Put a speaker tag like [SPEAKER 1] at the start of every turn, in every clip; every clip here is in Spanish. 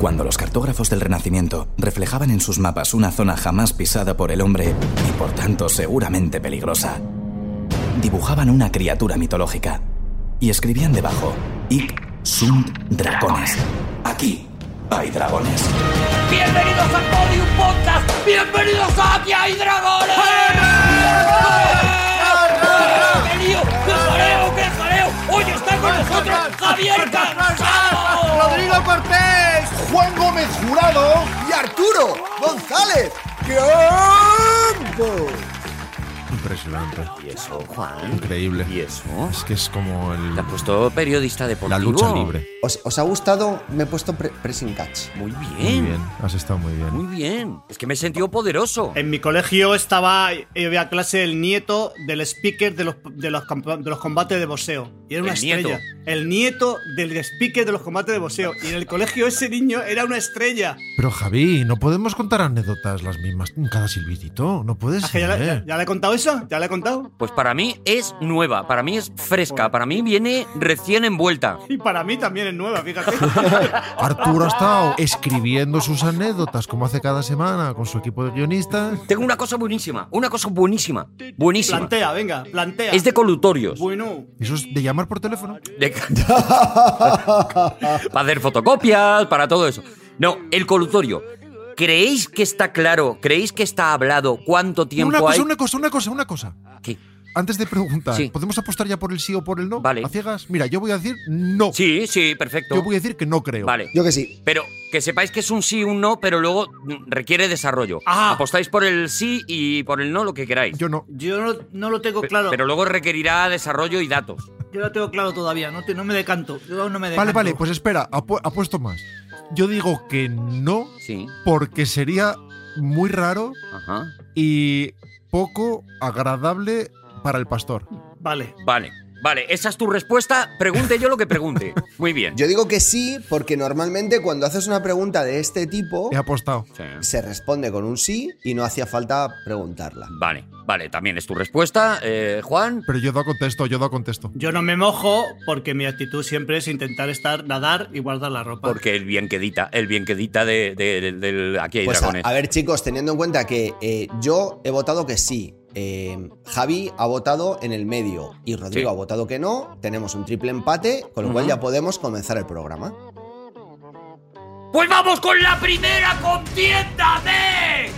[SPEAKER 1] Cuando los cartógrafos del Renacimiento reflejaban en sus mapas una zona jamás pisada por el hombre y por tanto seguramente peligrosa, dibujaban una criatura mitológica y escribían debajo: Hic sunt dragones. Aquí hay dragones.
[SPEAKER 2] Bienvenidos a Podium Podcast. Bienvenidos a Aquí hay dragones. ¡Qué lío! ¡Qué jaleo! ¡Qué jaleo! Hoy está con nosotros Javier Cansado.
[SPEAKER 3] Rodrigo Cortés, Juan Gómez Jurado y Arturo González. ¡Campo!
[SPEAKER 4] Impresionante.
[SPEAKER 5] ¿Y eso, Juan?
[SPEAKER 4] Increíble.
[SPEAKER 5] ¿Y eso?
[SPEAKER 4] Es que es como el-
[SPEAKER 5] Te han puesto periodista
[SPEAKER 4] la
[SPEAKER 5] deportivo.
[SPEAKER 4] lucha libre.
[SPEAKER 3] ¿Os, os ha gustado? Me he puesto pre- pressing catch.
[SPEAKER 5] Muy
[SPEAKER 4] Muy
[SPEAKER 5] bien.
[SPEAKER 4] bien. Has estado muy bien.
[SPEAKER 5] Muy bien. Es que me he sentido
[SPEAKER 4] Eh.
[SPEAKER 5] poderoso.
[SPEAKER 6] En mi colegio estaba, eh, había clase el nieto del speaker de los, de los, campa- de los combates de boxeo. Y era una
[SPEAKER 5] El
[SPEAKER 6] estrella.
[SPEAKER 5] nieto.
[SPEAKER 6] El nieto del speaker de los combates de boxeo. Y en el colegio ese niño era una estrella.
[SPEAKER 4] Pero Javi, no podemos contar anécdotas las mismas en cada silbitito. No ¿eh? puedes.
[SPEAKER 6] Ah, que ¿Ya, le- ya- ya le he contado eso? ¿Ya le he contado?
[SPEAKER 5] Pues para mí es nueva, para mí es fresca, para mí viene recién envuelta.
[SPEAKER 6] Y para mí también es nueva, fíjate.
[SPEAKER 4] Arturo ha estado escribiendo sus anécdotas como hace cada semana con su equipo de guionistas.
[SPEAKER 5] Tengo una cosa buenísima, una cosa buenísima, buenísima.
[SPEAKER 6] plantea, venga, plantea.
[SPEAKER 5] Es de colutorios.
[SPEAKER 6] Bueno,
[SPEAKER 4] Eso es de llamar por teléfono.
[SPEAKER 5] De- para hacer fotocopias, para todo eso. No, el colutorio. ¿Creéis que está claro? ¿Creéis que está hablado? ¿Cuánto tiempo
[SPEAKER 4] Una
[SPEAKER 5] hay?
[SPEAKER 4] cosa, una cosa, una cosa, una cosa.
[SPEAKER 5] ¿Qué?
[SPEAKER 4] Antes de preguntar,
[SPEAKER 5] Sí.
[SPEAKER 4] ¿podemos apostar ya por el sí o por el no?
[SPEAKER 5] Vale.
[SPEAKER 4] ¿A ciegas? Mira, yo voy a decir no.
[SPEAKER 5] Sí, sí, perfecto.
[SPEAKER 4] Yo voy a decir que no creo.
[SPEAKER 5] Vale.
[SPEAKER 3] Yo que sí.
[SPEAKER 5] Pero que sepáis que es un sí, un no, pero luego mm, requiere desarrollo.
[SPEAKER 6] Ah.
[SPEAKER 5] Apostáis por el sí y por el no lo que queráis.
[SPEAKER 4] Yo no.
[SPEAKER 6] yo no, no lo tengo
[SPEAKER 5] Pe-
[SPEAKER 6] claro.
[SPEAKER 5] Pero luego requerirá desarrollo y datos.
[SPEAKER 6] Yo no lo tengo claro todavía. No, te- no me decanto. Yo aún no me
[SPEAKER 4] Vale,
[SPEAKER 6] decanto.
[SPEAKER 4] vale, pues espera, apu- apuesto más. Yo digo que no
[SPEAKER 5] Sí.
[SPEAKER 4] porque sería muy raro
[SPEAKER 5] Ajá.
[SPEAKER 4] y poco agradable para el pastor.
[SPEAKER 6] Vale.
[SPEAKER 5] Vale. Vale, esa es tu respuesta. Pregunte yo lo que pregunte. Muy bien.
[SPEAKER 3] Yo digo que sí porque normalmente cuando haces una pregunta de este tipo
[SPEAKER 4] He apostado.
[SPEAKER 5] Sí.
[SPEAKER 3] se responde con un sí y no hacía falta preguntarla.
[SPEAKER 5] Vale, vale, también es tu respuesta, eh, Juan.
[SPEAKER 4] Pero yo da contesto, yo da contesto.
[SPEAKER 6] Yo no me mojo porque mi actitud siempre es intentar estar, nadar y guardar la ropa.
[SPEAKER 5] Porque el bien quedita, el bien quedita de, de- de- del- aquí hay
[SPEAKER 3] Pues a,
[SPEAKER 5] dragones.
[SPEAKER 3] a ver chicos, teniendo en cuenta que eh, yo he votado que sí, eh, Javi ha votado en el medio y Rodrigo ha
[SPEAKER 5] Sí.
[SPEAKER 3] votado que no, tenemos un triple empate, con lo cual ya podemos comenzar el programa.
[SPEAKER 5] Pues vamos con la primera contienda de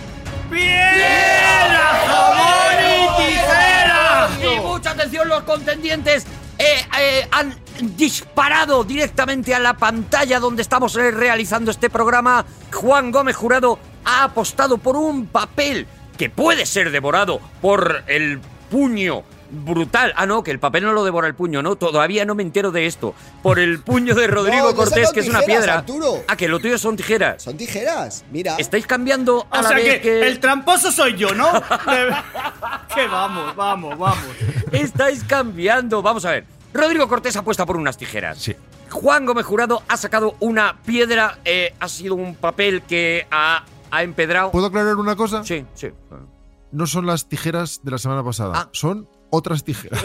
[SPEAKER 6] ¡Piedra, jabón y tijera!
[SPEAKER 5] Y mucha atención, los contendientes eh, eh, han disparado directamente a la pantalla donde estamos eh, realizando este programa. Juan Gómez Jurado ha apostado por un papel que puede ser devorado por el puño. Brutal. Ah, no, que el papel no lo devora el puño, ¿no? Todavía no me entero de esto. Por el puño de Rodrigo
[SPEAKER 3] No, yo
[SPEAKER 5] Cortés,
[SPEAKER 3] saco
[SPEAKER 5] que es una
[SPEAKER 3] tijeras,
[SPEAKER 5] piedra.
[SPEAKER 3] Arturo.
[SPEAKER 5] Ah, Este- que lo tuyo son tijeras.
[SPEAKER 3] Son tijeras, mira.
[SPEAKER 5] Estáis cambiando a
[SPEAKER 6] O
[SPEAKER 5] la
[SPEAKER 6] sea
[SPEAKER 5] vez
[SPEAKER 6] que,
[SPEAKER 5] que-
[SPEAKER 6] el tramposo soy yo, ¿no? De- que vamos, vamos, vamos.
[SPEAKER 5] Estáis cambiando. Vamos a ver. Rodrigo Cortés apuesta por unas tijeras.
[SPEAKER 4] Sí.
[SPEAKER 5] Juan Gómez Jurado ha sacado una piedra. eh, ha sido un papel que ha, ha empedrado.
[SPEAKER 4] ¿Puedo aclarar una cosa?
[SPEAKER 5] Sí, sí.
[SPEAKER 4] No son las tijeras de la semana pasada,
[SPEAKER 5] Ah.
[SPEAKER 4] son otras tijeras.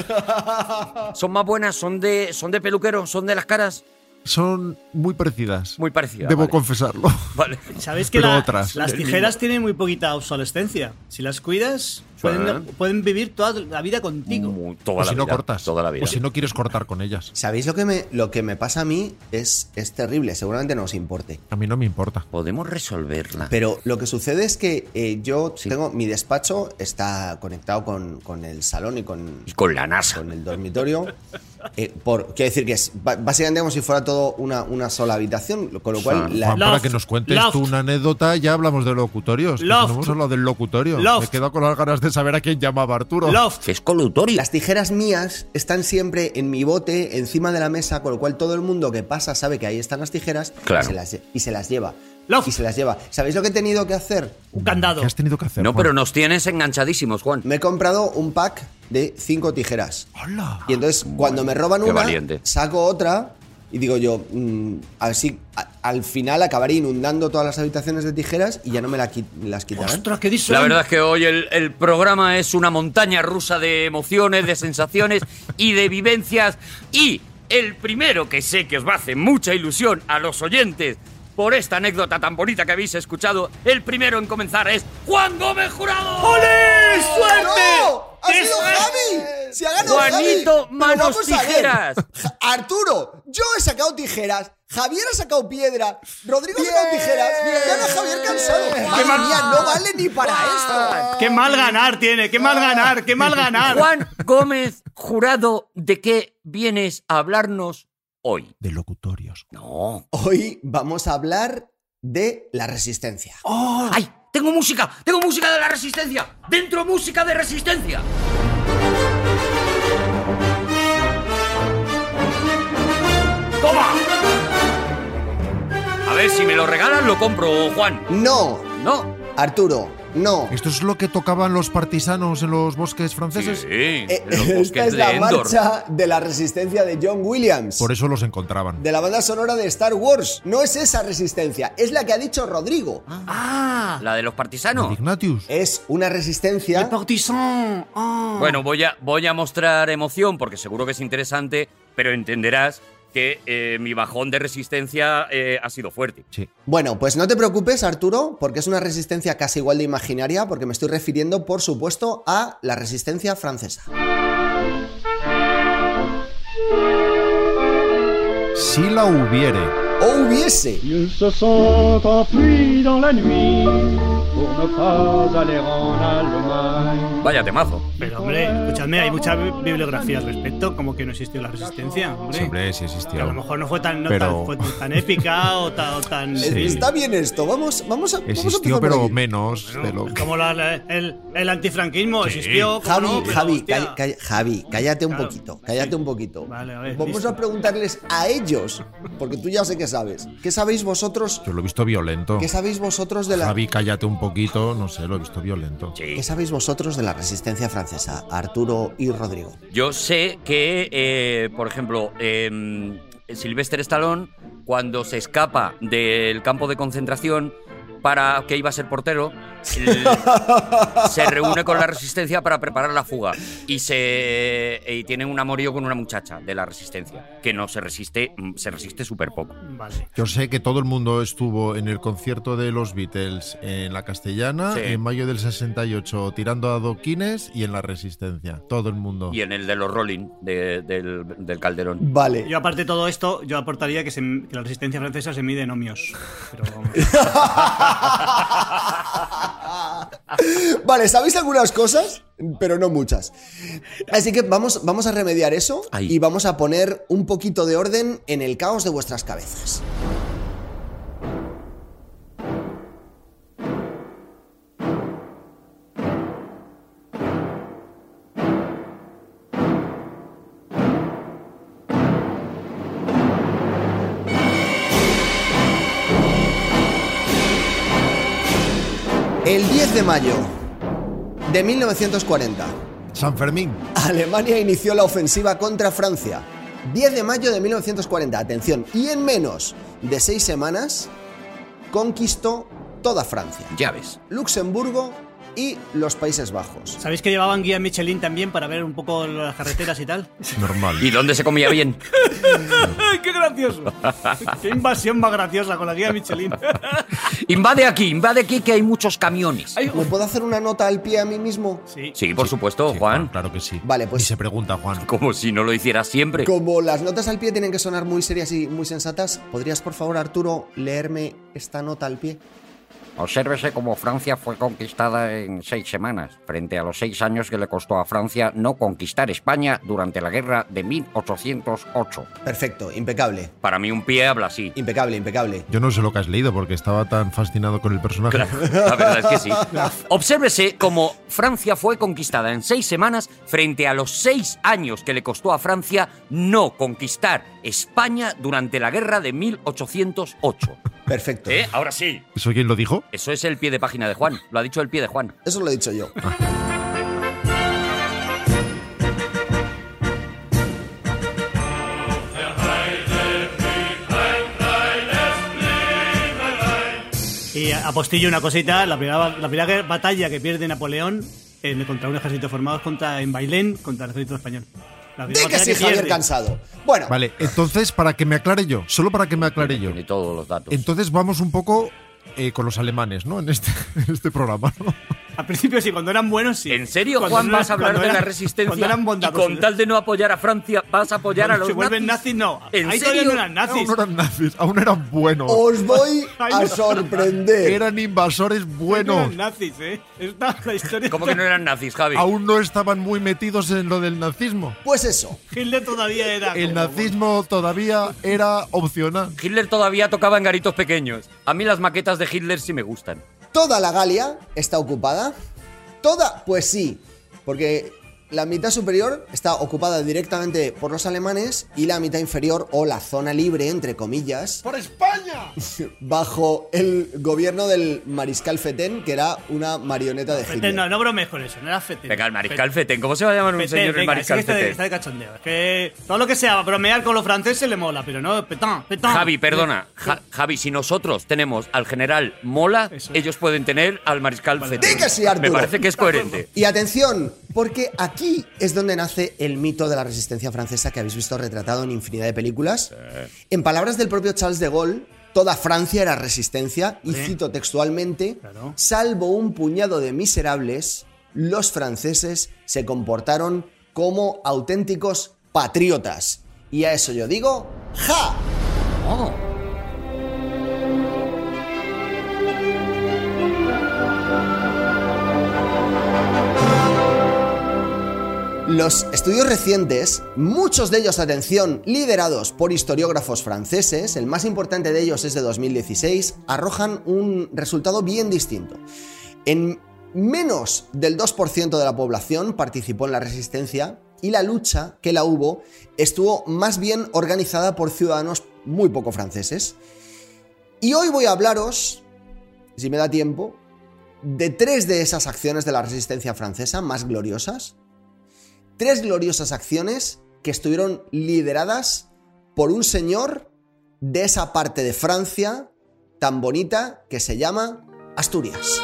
[SPEAKER 5] Son más buenas, son de, son de peluquero, son de las caras
[SPEAKER 4] Son muy parecidas.
[SPEAKER 5] muy parecidas.
[SPEAKER 4] Debo
[SPEAKER 5] vale.
[SPEAKER 4] confesarlo.
[SPEAKER 5] Vale.
[SPEAKER 6] ¿Sabéis que
[SPEAKER 4] Pero
[SPEAKER 6] la-
[SPEAKER 4] otras.
[SPEAKER 6] las tijeras tienen muy poquita obsolescencia? Si las cuidas, pueden, pueden vivir toda la vida contigo.
[SPEAKER 5] Mu- Toda
[SPEAKER 4] O
[SPEAKER 5] la
[SPEAKER 4] si no
[SPEAKER 5] vida,
[SPEAKER 4] cortas.
[SPEAKER 5] Toda la vida.
[SPEAKER 4] O si no quieres cortar con ellas.
[SPEAKER 3] ¿Sabéis lo que me, lo que me pasa a mí? Es, es terrible, seguramente no os importe.
[SPEAKER 4] A mí no me importa.
[SPEAKER 5] Podemos resolverla.
[SPEAKER 3] Pero lo que sucede es que eh, yo
[SPEAKER 5] Sí.
[SPEAKER 3] tengo mi despacho, está conectado con, con el salón y con,
[SPEAKER 5] y con la NASA.
[SPEAKER 3] con el dormitorio. Eh, por, quiero decir que es ba- básicamente como si fuera todo una, una sola habitación, con lo cual
[SPEAKER 5] Fan,
[SPEAKER 3] la,
[SPEAKER 4] Juan, para
[SPEAKER 6] Loft,
[SPEAKER 4] que nos cuentes
[SPEAKER 6] loft.
[SPEAKER 4] tú una anécdota, ya hablamos de locutorios. que
[SPEAKER 6] Loft.
[SPEAKER 4] No hemos hablado del locutorio.
[SPEAKER 6] Loft.
[SPEAKER 4] Me he quedado con las ganas de saber a quién llamaba Arturo.
[SPEAKER 6] Loft.
[SPEAKER 5] Que es colutorio.
[SPEAKER 3] Las tijeras mías están siempre en mi bote, encima de la mesa, con lo cual todo el mundo que pasa sabe que ahí están las tijeras
[SPEAKER 5] Claro.
[SPEAKER 3] y, se las, lle- y se las lleva.
[SPEAKER 6] Lof.
[SPEAKER 3] Y se las lleva. ¿Sabéis lo que he tenido que hacer?
[SPEAKER 6] Un candado.
[SPEAKER 4] ¿Qué has tenido que hacer?
[SPEAKER 5] No,
[SPEAKER 4] Juan?
[SPEAKER 5] pero nos tienes enganchadísimos, Juan.
[SPEAKER 3] Me he comprado un pack de cinco tijeras.
[SPEAKER 4] ¡Hala!
[SPEAKER 3] Y entonces, cuando me roban
[SPEAKER 5] Ah, qué
[SPEAKER 3] una,
[SPEAKER 5] valiente.
[SPEAKER 3] saco otra y digo yo, mm, así a- al final acabaré inundando todas las habitaciones de tijeras y ya no me la qui- las quitarán.
[SPEAKER 6] Ostras, qué
[SPEAKER 5] La
[SPEAKER 6] disolución.
[SPEAKER 5] verdad es que hoy el, el programa es una montaña rusa de emociones, de sensaciones y de vivencias. Y el primero que sé que os va a hacer mucha ilusión a los oyentes, por esta anécdota tan bonita que habéis escuchado. El primero en comenzar es Juan Gómez Jurado.
[SPEAKER 6] ¡Ole! ¡Suerte!
[SPEAKER 3] ¡No! ¡Ha sido
[SPEAKER 6] Eso es.
[SPEAKER 3] Javi! ¡Se ha ganado
[SPEAKER 5] Juanito,
[SPEAKER 3] Javi! Pero
[SPEAKER 5] manos,
[SPEAKER 3] vamos a ver.
[SPEAKER 5] tijeras.
[SPEAKER 3] Ja- Arturo, yo he sacado tijeras. Javier ha sacado piedra. Rodrigo ha sacado tijeras. Y ahora Javier cansado. Madre
[SPEAKER 6] mal-
[SPEAKER 3] mía, no vale ni para esto.
[SPEAKER 6] ¡Qué mal ganar tiene! ¡Qué mal ganar! ¡Qué mal ganar!
[SPEAKER 5] Juan Gómez Jurado, ¿de qué vienes a hablarnos hoy?
[SPEAKER 4] De locutorios.
[SPEAKER 5] No.
[SPEAKER 3] Hoy vamos a hablar de la resistencia.
[SPEAKER 5] ¡Ay! Tengo música, tengo música de la resistencia. Dentro música de resistencia. Toma. A ver si me lo regalan lo compro, Juan.
[SPEAKER 3] No,
[SPEAKER 5] No.
[SPEAKER 3] Arturo, no.
[SPEAKER 4] ¿Esto es lo que tocaban los partisanos en los bosques franceses?
[SPEAKER 5] Sí,
[SPEAKER 3] Eh,
[SPEAKER 5] los
[SPEAKER 3] Esta
[SPEAKER 5] bosques
[SPEAKER 3] es la
[SPEAKER 5] de Endor.
[SPEAKER 3] marcha de la resistencia de John Williams.
[SPEAKER 4] Por eso los encontraban.
[SPEAKER 3] de la banda sonora de Star Wars. No es esa resistencia, es la que ha dicho Rodrigo.
[SPEAKER 6] ¡Ah!
[SPEAKER 5] La de los partisanos.
[SPEAKER 4] Ignatius.
[SPEAKER 6] Eh.
[SPEAKER 3] Es una resistencia.
[SPEAKER 6] Partisan. Ah.
[SPEAKER 5] Bueno, voy a, voy a mostrar emoción porque seguro que es interesante, pero entenderás que eh, mi bajón de resistencia eh, ha sido fuerte.
[SPEAKER 3] Bueno, pues no te preocupes, Arturo, porque es una resistencia casi igual de imaginaria, porque me estoy refiriendo, por supuesto, a la resistencia francesa.
[SPEAKER 4] Si la hubiere.
[SPEAKER 3] ¡O hubiese!
[SPEAKER 7] Ils se sont enfuis dans la nuit pour ne pas aller en Allemagne.
[SPEAKER 5] Vaya temazo.
[SPEAKER 6] Pero, hombre, escúchame, hay mucha bi- bibliografía al respecto, como que no existió la resistencia, hombre.
[SPEAKER 4] Siempre sí
[SPEAKER 6] Que a lo
[SPEAKER 4] existió.
[SPEAKER 6] mejor no fue tan, no
[SPEAKER 4] Pero-
[SPEAKER 6] tan, fue tan épica o ta- o tan.
[SPEAKER 4] Sí.
[SPEAKER 3] Está bien esto, vamos, vamos a. vamos a empezar
[SPEAKER 4] Existió,
[SPEAKER 3] por
[SPEAKER 4] pero
[SPEAKER 3] aquí.
[SPEAKER 4] menos de lo que.
[SPEAKER 6] Como la- la- el, el antifranquismo existió. cómo
[SPEAKER 3] Javi,
[SPEAKER 6] no, pero,
[SPEAKER 3] Javi,
[SPEAKER 6] hostia.
[SPEAKER 3] calla- calla- Javi, cállate un
[SPEAKER 6] Claro,
[SPEAKER 3] poquito, cállate
[SPEAKER 6] sí.
[SPEAKER 3] un poquito.
[SPEAKER 6] Vale, a ver,
[SPEAKER 3] Vamos
[SPEAKER 6] listo.
[SPEAKER 3] a preguntarles a ellos, porque tú ya sé que sabes. ¿Qué sabéis vosotros?
[SPEAKER 4] Yo lo he visto violento.
[SPEAKER 3] ¿Qué sabéis vosotros de la
[SPEAKER 4] Javi, cállate un poquito. No sé, lo he visto violento.
[SPEAKER 5] Sí.
[SPEAKER 3] ¿Qué sabéis vosotros de la resistencia francesa, Arturo y Rodrigo?
[SPEAKER 5] Yo sé que, eh, por ejemplo, em, Sylvester Stallone, cuando se escapa del campo de concentración para que iba a ser portero, el- se reúne con la resistencia para preparar la fuga y se y tienen un amorío con una muchacha de la resistencia que no se resiste, mm, se resiste súper poco.
[SPEAKER 6] Vale.
[SPEAKER 4] Yo sé que todo el mundo estuvo en el concierto de los Beatles en la Castellana
[SPEAKER 5] Sí.
[SPEAKER 4] en mayo del 68 tirando adoquines y en la Resistencia. Todo el mundo.
[SPEAKER 5] Y en el de los Rolling de- del, del Calderón.
[SPEAKER 3] Vale.
[SPEAKER 6] Yo, aparte de todo esto, yo aportaría que, se- que la resistencia francesa se mide en ohmios. Pero vamos.
[SPEAKER 3] Vale, sabéis algunas cosas, pero no muchas. Así que vamos, vamos a remediar eso
[SPEAKER 5] Ahí.
[SPEAKER 3] y vamos a poner un poquito de orden en el caos de vuestras cabezas. El 10 de mayo de 1940,
[SPEAKER 4] San Fermín.
[SPEAKER 3] Alemania inició la ofensiva contra Francia. 10 de mayo de 1940, atención, y en menos de seis semanas conquistó toda Francia,
[SPEAKER 5] Ya ves.
[SPEAKER 3] Luxemburgo y los Países Bajos.
[SPEAKER 6] ¿Sabéis que llevaban guía Michelin también para ver un poco las carreteras y tal?
[SPEAKER 4] Normal.
[SPEAKER 5] ¿Y dónde se comía bien?
[SPEAKER 6] ¡Ay, qué gracioso! ¡Qué invasión más graciosa con la guía Michelin!
[SPEAKER 5] Invade aquí, invade aquí que hay muchos camiones.
[SPEAKER 3] ¿Me puedo hacer una nota al pie a mí mismo?
[SPEAKER 6] Sí.
[SPEAKER 5] Sí, por supuesto,
[SPEAKER 4] Sí,
[SPEAKER 5] Juan.
[SPEAKER 4] Claro que sí.
[SPEAKER 3] Vale, pues-
[SPEAKER 4] Y se pregunta, Juan.
[SPEAKER 5] Como si no lo hiciera siempre.
[SPEAKER 3] Como las notas al pie tienen que sonar muy serias y muy sensatas, ¿podrías por favor, Arturo, leerme esta nota al pie?
[SPEAKER 5] Obsérvese cómo Francia fue conquistada en seis semanas, frente a los seis años que le costó a Francia no conquistar España durante la guerra de 1808.
[SPEAKER 3] Perfecto, impecable,
[SPEAKER 5] Para mí un pie habla así.
[SPEAKER 3] impecable, impecable.
[SPEAKER 4] Yo no sé lo que has leído porque estaba tan fascinado con el personaje.
[SPEAKER 5] La verdad es que sí. Obsérvese cómo Francia fue conquistada en seis semanas frente a los seis años que le costó a Francia no conquistar España durante la guerra de 1808.
[SPEAKER 3] Perfecto.
[SPEAKER 5] ¿Eh? Ahora sí.
[SPEAKER 4] ¿Eso quién lo dijo?
[SPEAKER 5] Eso es el pie de página de Juan. Lo ha dicho el pie de Juan.
[SPEAKER 3] Eso lo he dicho yo.
[SPEAKER 6] Y apostillo una cosita, la primera, la primera batalla que pierde Napoleón eh, contra un ejército formado es contra, en Bailén contra el ejército español. La
[SPEAKER 3] Di que
[SPEAKER 6] Dinamarca
[SPEAKER 3] sí, Javier
[SPEAKER 6] pierde.
[SPEAKER 3] Cansado. Bueno,
[SPEAKER 4] Vale, entonces, para que me aclare yo, solo para que me aclare yo.
[SPEAKER 8] Tiene todos los datos.
[SPEAKER 4] Entonces vamos un poco eh, con los alemanes, ¿no? En este, en este programa. ¿no?
[SPEAKER 6] Al principio sí, cuando eran buenos sí.
[SPEAKER 8] ¿En serio,
[SPEAKER 6] Cuando
[SPEAKER 8] Juan,
[SPEAKER 6] eran-
[SPEAKER 8] vas a hablar
[SPEAKER 6] cuando
[SPEAKER 8] de la
[SPEAKER 6] eran- Cuando
[SPEAKER 8] resistencia
[SPEAKER 6] eran
[SPEAKER 8] y
[SPEAKER 6] bondadosos.
[SPEAKER 8] con tal de no apoyar a Francia, vas a apoyar a
[SPEAKER 6] Cuando
[SPEAKER 8] los
[SPEAKER 6] se vuelven
[SPEAKER 8] nazis?
[SPEAKER 6] nazis, no.
[SPEAKER 8] ¿En
[SPEAKER 6] Ahí todavía
[SPEAKER 8] serio?
[SPEAKER 6] no eran
[SPEAKER 4] Aún
[SPEAKER 6] nazis.
[SPEAKER 4] no eran nazis, aún eran buenos.
[SPEAKER 3] os voy
[SPEAKER 6] Ay,
[SPEAKER 3] a
[SPEAKER 6] no.
[SPEAKER 3] sorprender.
[SPEAKER 4] Eran invasores
[SPEAKER 6] No
[SPEAKER 4] buenos.
[SPEAKER 6] eran nazis, ¿eh? Esta, la historia
[SPEAKER 8] ¿Cómo que no eran nazis, Javi?
[SPEAKER 4] Aún no estaban muy metidos en lo del nazismo.
[SPEAKER 3] Pues eso,
[SPEAKER 6] Hitler todavía era...
[SPEAKER 4] El
[SPEAKER 6] como-
[SPEAKER 4] nazismo todavía era opcional.
[SPEAKER 8] Hitler todavía tocaba en garitos pequeños. A mí las maquetas de Hitler sí me gustan.
[SPEAKER 3] toda la Galia está ocupada. Toda, pues sí, porque la mitad superior está ocupada directamente por los alemanes y la mitad inferior o la zona libre entre comillas
[SPEAKER 9] ¡Por España!
[SPEAKER 3] bajo el gobierno del mariscal Fetén, que era una marioneta de
[SPEAKER 6] Feten,
[SPEAKER 3] Hitler.
[SPEAKER 6] no, no bromees con eso, no era Feten.
[SPEAKER 8] Venga, el mariscal Feten. ¿Cómo se va a llamar un
[SPEAKER 6] Feten,
[SPEAKER 8] señor el
[SPEAKER 6] venga,
[SPEAKER 8] mariscal
[SPEAKER 6] es que está, de-
[SPEAKER 8] Feten?
[SPEAKER 6] está de cachondeo. Es que todo lo que sea bromear con los franceses le mola, pero no, petán, petán.
[SPEAKER 8] Javi, perdona. Ja- Javi, si nosotros tenemos al general Mola,
[SPEAKER 6] Eso es.
[SPEAKER 8] ellos pueden tener al mariscal Feten.
[SPEAKER 3] Di que sí, Arturo.
[SPEAKER 8] Me parece que es coherente.
[SPEAKER 3] Y atención, porque aquí es donde nace el mito de la resistencia francesa que habéis visto retratado en infinidad de películas. En palabras del propio Charles de Gaulle, toda Francia era resistencia, y
[SPEAKER 6] Sí.
[SPEAKER 3] cito textualmente,
[SPEAKER 6] Claro.
[SPEAKER 3] salvo un puñado de miserables, los franceses se comportaron como auténticos patriotas. Y a eso yo digo, ¡ja! Los estudios recientes, muchos de ellos, atención, liderados por historiógrafos franceses, el más importante de ellos es de 2016, arrojan un resultado bien distinto. En menos del 2% de la población participó en la resistencia y la lucha que la hubo estuvo más bien organizada por ciudadanos muy poco franceses. Y hoy voy a hablaros, si me da tiempo, de tres de esas acciones de la resistencia francesa más gloriosas tres gloriosas acciones que estuvieron lideradas por un señor de esa parte de Francia tan bonita que se llama Asturias.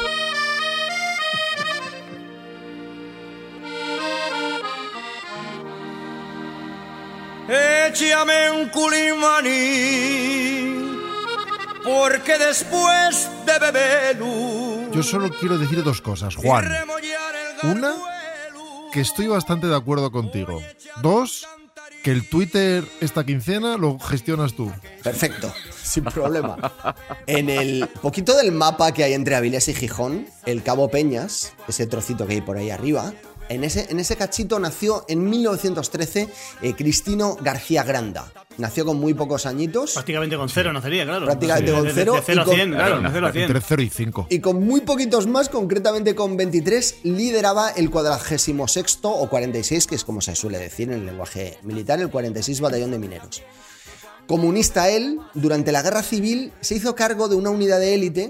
[SPEAKER 9] Échame un culimaní, porque después de beberlo...
[SPEAKER 4] Yo solo quiero decir dos cosas, Juan.
[SPEAKER 9] y remollar el
[SPEAKER 4] Una,
[SPEAKER 9] garguelo,
[SPEAKER 4] Que estoy bastante de acuerdo contigo. Dos, que el Twitter esta quincena lo gestionas tú.
[SPEAKER 3] Perfecto, sin problema. En el poquito del mapa que hay entre Avilés y Gijón, el Cabo Peñas, ese trocito que hay por ahí arriba, en ese, en ese cachito nació en 1913 eh, Cristino García Granda. Nació con muy pocos añitos.
[SPEAKER 6] Prácticamente con cero nacería, claro.
[SPEAKER 3] Prácticamente
[SPEAKER 6] Sí,
[SPEAKER 3] con
[SPEAKER 6] de-
[SPEAKER 3] cero
[SPEAKER 6] De,
[SPEAKER 3] y
[SPEAKER 6] 0 a
[SPEAKER 3] con-
[SPEAKER 6] 100, claro, de 0 a 100.
[SPEAKER 4] Entre 0 y 5.
[SPEAKER 3] y con muy poquitos más, concretamente con 23, lideraba el 46 o 46, que es como se suele decir en el lenguaje militar, el 46 Batallón de Mineros. Comunista él, durante la Guerra Civil se hizo cargo de una unidad de élite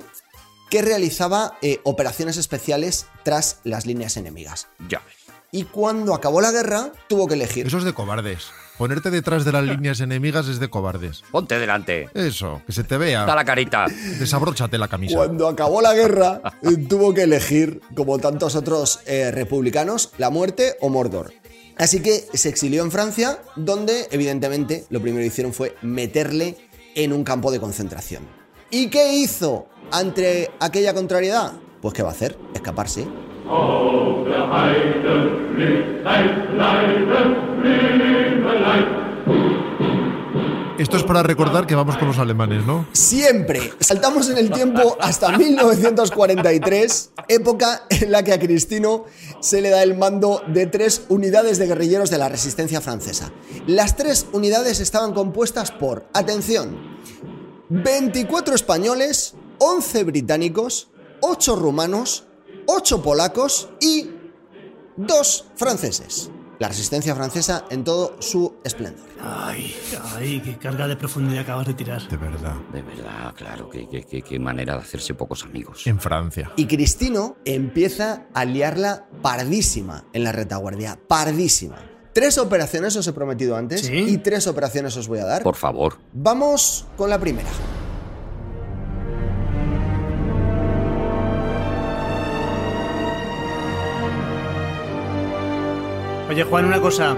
[SPEAKER 3] que realizaba eh, operaciones especiales tras las líneas enemigas.
[SPEAKER 8] Ya ves.
[SPEAKER 3] Y cuando acabó la guerra, tuvo que elegir.
[SPEAKER 4] Eso es de cobardes. Ponerte detrás de las líneas enemigas es de cobardes.
[SPEAKER 8] Ponte delante.
[SPEAKER 4] Eso, que se te
[SPEAKER 8] Da
[SPEAKER 4] vea.
[SPEAKER 8] la carita.
[SPEAKER 4] Desabróchate la camisa.
[SPEAKER 3] Cuando acabó la guerra, eh, tuvo que elegir, como tantos otros eh, republicanos, la muerte o Mordor. Así que se exilió en Francia, donde evidentemente lo primero que hicieron fue meterle en un campo de concentración. ¿Y qué hizo ante aquella contrariedad? Pues ¿qué va a hacer? Escaparse.
[SPEAKER 4] Esto es para recordar que vamos con los alemanes, ¿no?
[SPEAKER 3] Siempre saltamos en el tiempo hasta 1943, época en la que a Cristino se le da el mando de tres unidades de guerrilleros de la resistencia francesa. Las tres unidades estaban compuestas por, atención, 24 españoles, 11 británicos, 8 rumanos, 8 polacos y 2 franceses. La resistencia francesa en todo su esplendor.
[SPEAKER 6] Ay, ay, qué carga de profundidad acabas de tirar.
[SPEAKER 4] De verdad.
[SPEAKER 8] De verdad, claro, qué, qué- qué- qué manera de hacerse pocos amigos.
[SPEAKER 4] En Francia.
[SPEAKER 3] Y Cristino empieza a liarla pardísima en la retaguardia, pardísima. Tres operaciones os he prometido antes
[SPEAKER 6] Sí.
[SPEAKER 3] y tres operaciones os voy a dar.
[SPEAKER 8] Por favor.
[SPEAKER 3] Vamos con la primera.
[SPEAKER 6] Oye, Juan, una cosa.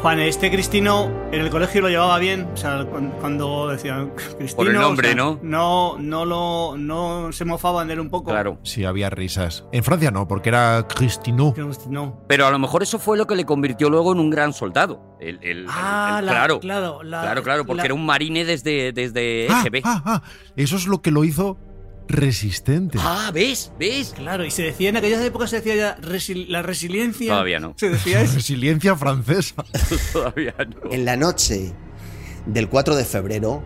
[SPEAKER 6] Juan, este Cristino en el colegio lo llevaba bien, o sea, cu- cuando decían Cristino.
[SPEAKER 5] Por el
[SPEAKER 6] o
[SPEAKER 5] nombre,
[SPEAKER 6] sea,
[SPEAKER 5] ¿no?
[SPEAKER 6] No, no lo. No se mofaban de él un poco.
[SPEAKER 5] Claro.
[SPEAKER 4] Sí, había risas. En Francia no, porque era Cristino.
[SPEAKER 6] Cristino.
[SPEAKER 5] Pero a lo mejor eso fue lo que le convirtió luego en un gran soldado. El, el- el-
[SPEAKER 6] Ah,
[SPEAKER 5] el-
[SPEAKER 6] la-
[SPEAKER 5] claro.
[SPEAKER 6] claro, la-
[SPEAKER 5] claro, claro, porque
[SPEAKER 6] la-
[SPEAKER 5] era un marine desde, desde
[SPEAKER 4] Ah,
[SPEAKER 5] EGB.
[SPEAKER 4] ah, ah, Eso es lo que lo hizo resistente.
[SPEAKER 5] Ah, ¿ves? ¿Ves?
[SPEAKER 6] Claro, y se decía en aquellas épocas se decía ya resi- la resiliencia.
[SPEAKER 5] Todavía no.
[SPEAKER 6] Se decía eso.
[SPEAKER 4] Resiliencia francesa.
[SPEAKER 5] Todavía no.
[SPEAKER 3] En la noche del 4 de febrero,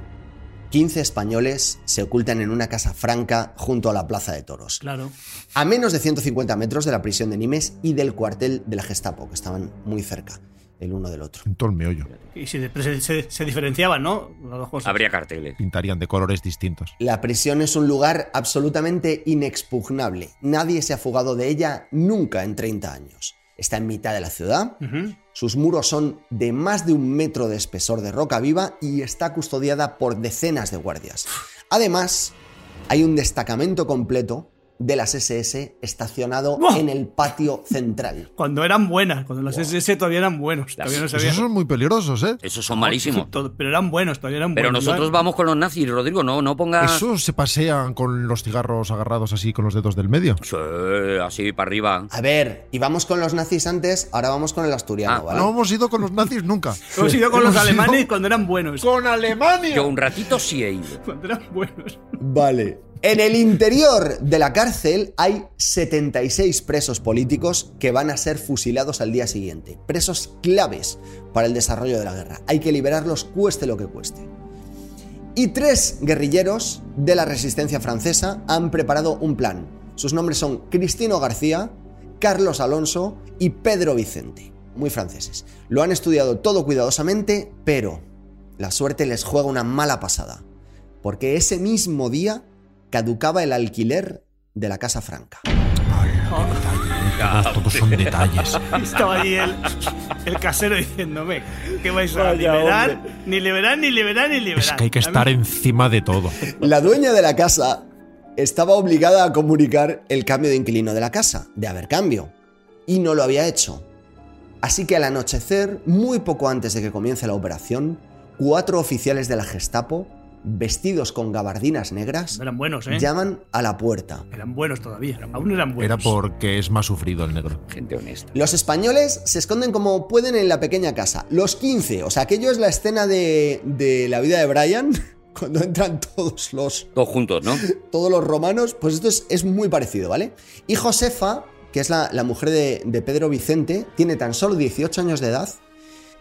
[SPEAKER 3] 15 españoles se ocultan en una casa franca junto a la Plaza de Toros,
[SPEAKER 6] Claro.
[SPEAKER 3] a menos de 150 metros de la prisión de Nimes y del cuartel de la Gestapo, que estaban muy cerca el uno del otro.
[SPEAKER 4] Pintó el meollo.
[SPEAKER 6] Y se, pero se, se- se diferenciaban, ¿no? Las dos cosas.
[SPEAKER 5] Habría carteles.
[SPEAKER 4] Pintarían de colores distintos.
[SPEAKER 3] La prisión es un lugar absolutamente inexpugnable. Nadie se ha fugado de ella nunca en 30 años. Está en mitad de la ciudad,
[SPEAKER 6] Ujú.
[SPEAKER 3] Sus muros son de más de un metro de espesor de roca viva y está custodiada por decenas de guardias. Además, hay un destacamento completo de las SS estacionado
[SPEAKER 6] ¡Buah!
[SPEAKER 3] en el patio central.
[SPEAKER 6] Cuando eran buenas, cuando las SS todavía eran buenos. Todavía no se
[SPEAKER 4] Pues Esos
[SPEAKER 6] habían-
[SPEAKER 4] son muy peligrosos, ¿eh?
[SPEAKER 5] Esos son malísimos.
[SPEAKER 6] Todo- Pero eran buenos, todavía eran
[SPEAKER 5] Pero
[SPEAKER 6] buenos.
[SPEAKER 5] nosotros
[SPEAKER 6] Iban-
[SPEAKER 5] vamos con los nazis, Rodrigo, no, no pongas.
[SPEAKER 4] Esos se pasean con los cigarros agarrados así con los dedos del medio.
[SPEAKER 5] Sí, así para arriba.
[SPEAKER 3] A ver, íbamos con los nazis antes, ahora vamos con el asturiano,
[SPEAKER 5] Ah,
[SPEAKER 3] ¿vale?
[SPEAKER 4] No hemos ido con los nazis nunca.
[SPEAKER 6] Hemos ido con los
[SPEAKER 4] Hemos ido
[SPEAKER 6] alemanes cuando eran buenos.
[SPEAKER 4] ¡Con Alemania!
[SPEAKER 5] Yo un ratito sí he ido.
[SPEAKER 6] Cuando eran buenos.
[SPEAKER 3] Vale. En el interior de la cárcel hay 76 presos políticos que van a ser fusilados al día siguiente. Presos claves para el desarrollo de la guerra. Hay que liberarlos cueste lo que cueste. Y tres guerrilleros de la resistencia francesa han preparado un plan. Sus nombres son Cristino García, Carlos Alonso y Pedro Vicente. Muy franceses. Lo han estudiado todo cuidadosamente, pero la suerte les juega una mala pasada porque ese mismo día caducaba el alquiler de la Casa Franca.
[SPEAKER 4] Todos, todos son detalles.
[SPEAKER 6] Estaba ahí el, el casero diciéndome que vais a liberar, ni liberar, ni liberar, ni liberar.
[SPEAKER 4] Es que hay que estar
[SPEAKER 6] A mí-
[SPEAKER 4] encima de todo.
[SPEAKER 3] La dueña de la casa estaba obligada a comunicar el cambio de inquilino de la casa, de haber cambio, y no lo había hecho. Así que al anochecer, muy poco antes de que comience la operación, cuatro oficiales de la Gestapo, vestidos con gabardinas negras,
[SPEAKER 6] Eran buenos, ¿eh?
[SPEAKER 3] llaman a la puerta.
[SPEAKER 6] Eran buenos todavía. Aún eran buenos.
[SPEAKER 4] Era
[SPEAKER 5] pues-
[SPEAKER 4] porque es más sufrido el negro.
[SPEAKER 5] Gente honesta.
[SPEAKER 3] Los españoles se esconden como pueden en la pequeña casa. Los 15, o sea, aquello es la escena de, de la vida de Brian, cuando entran todos los,
[SPEAKER 5] Todos juntos, ¿no?
[SPEAKER 3] todos los romanos, pues esto es, es muy parecido, ¿vale? Y Josefa, que es la, la mujer de, de Pedro Vicente, tiene tan solo 18 años de edad,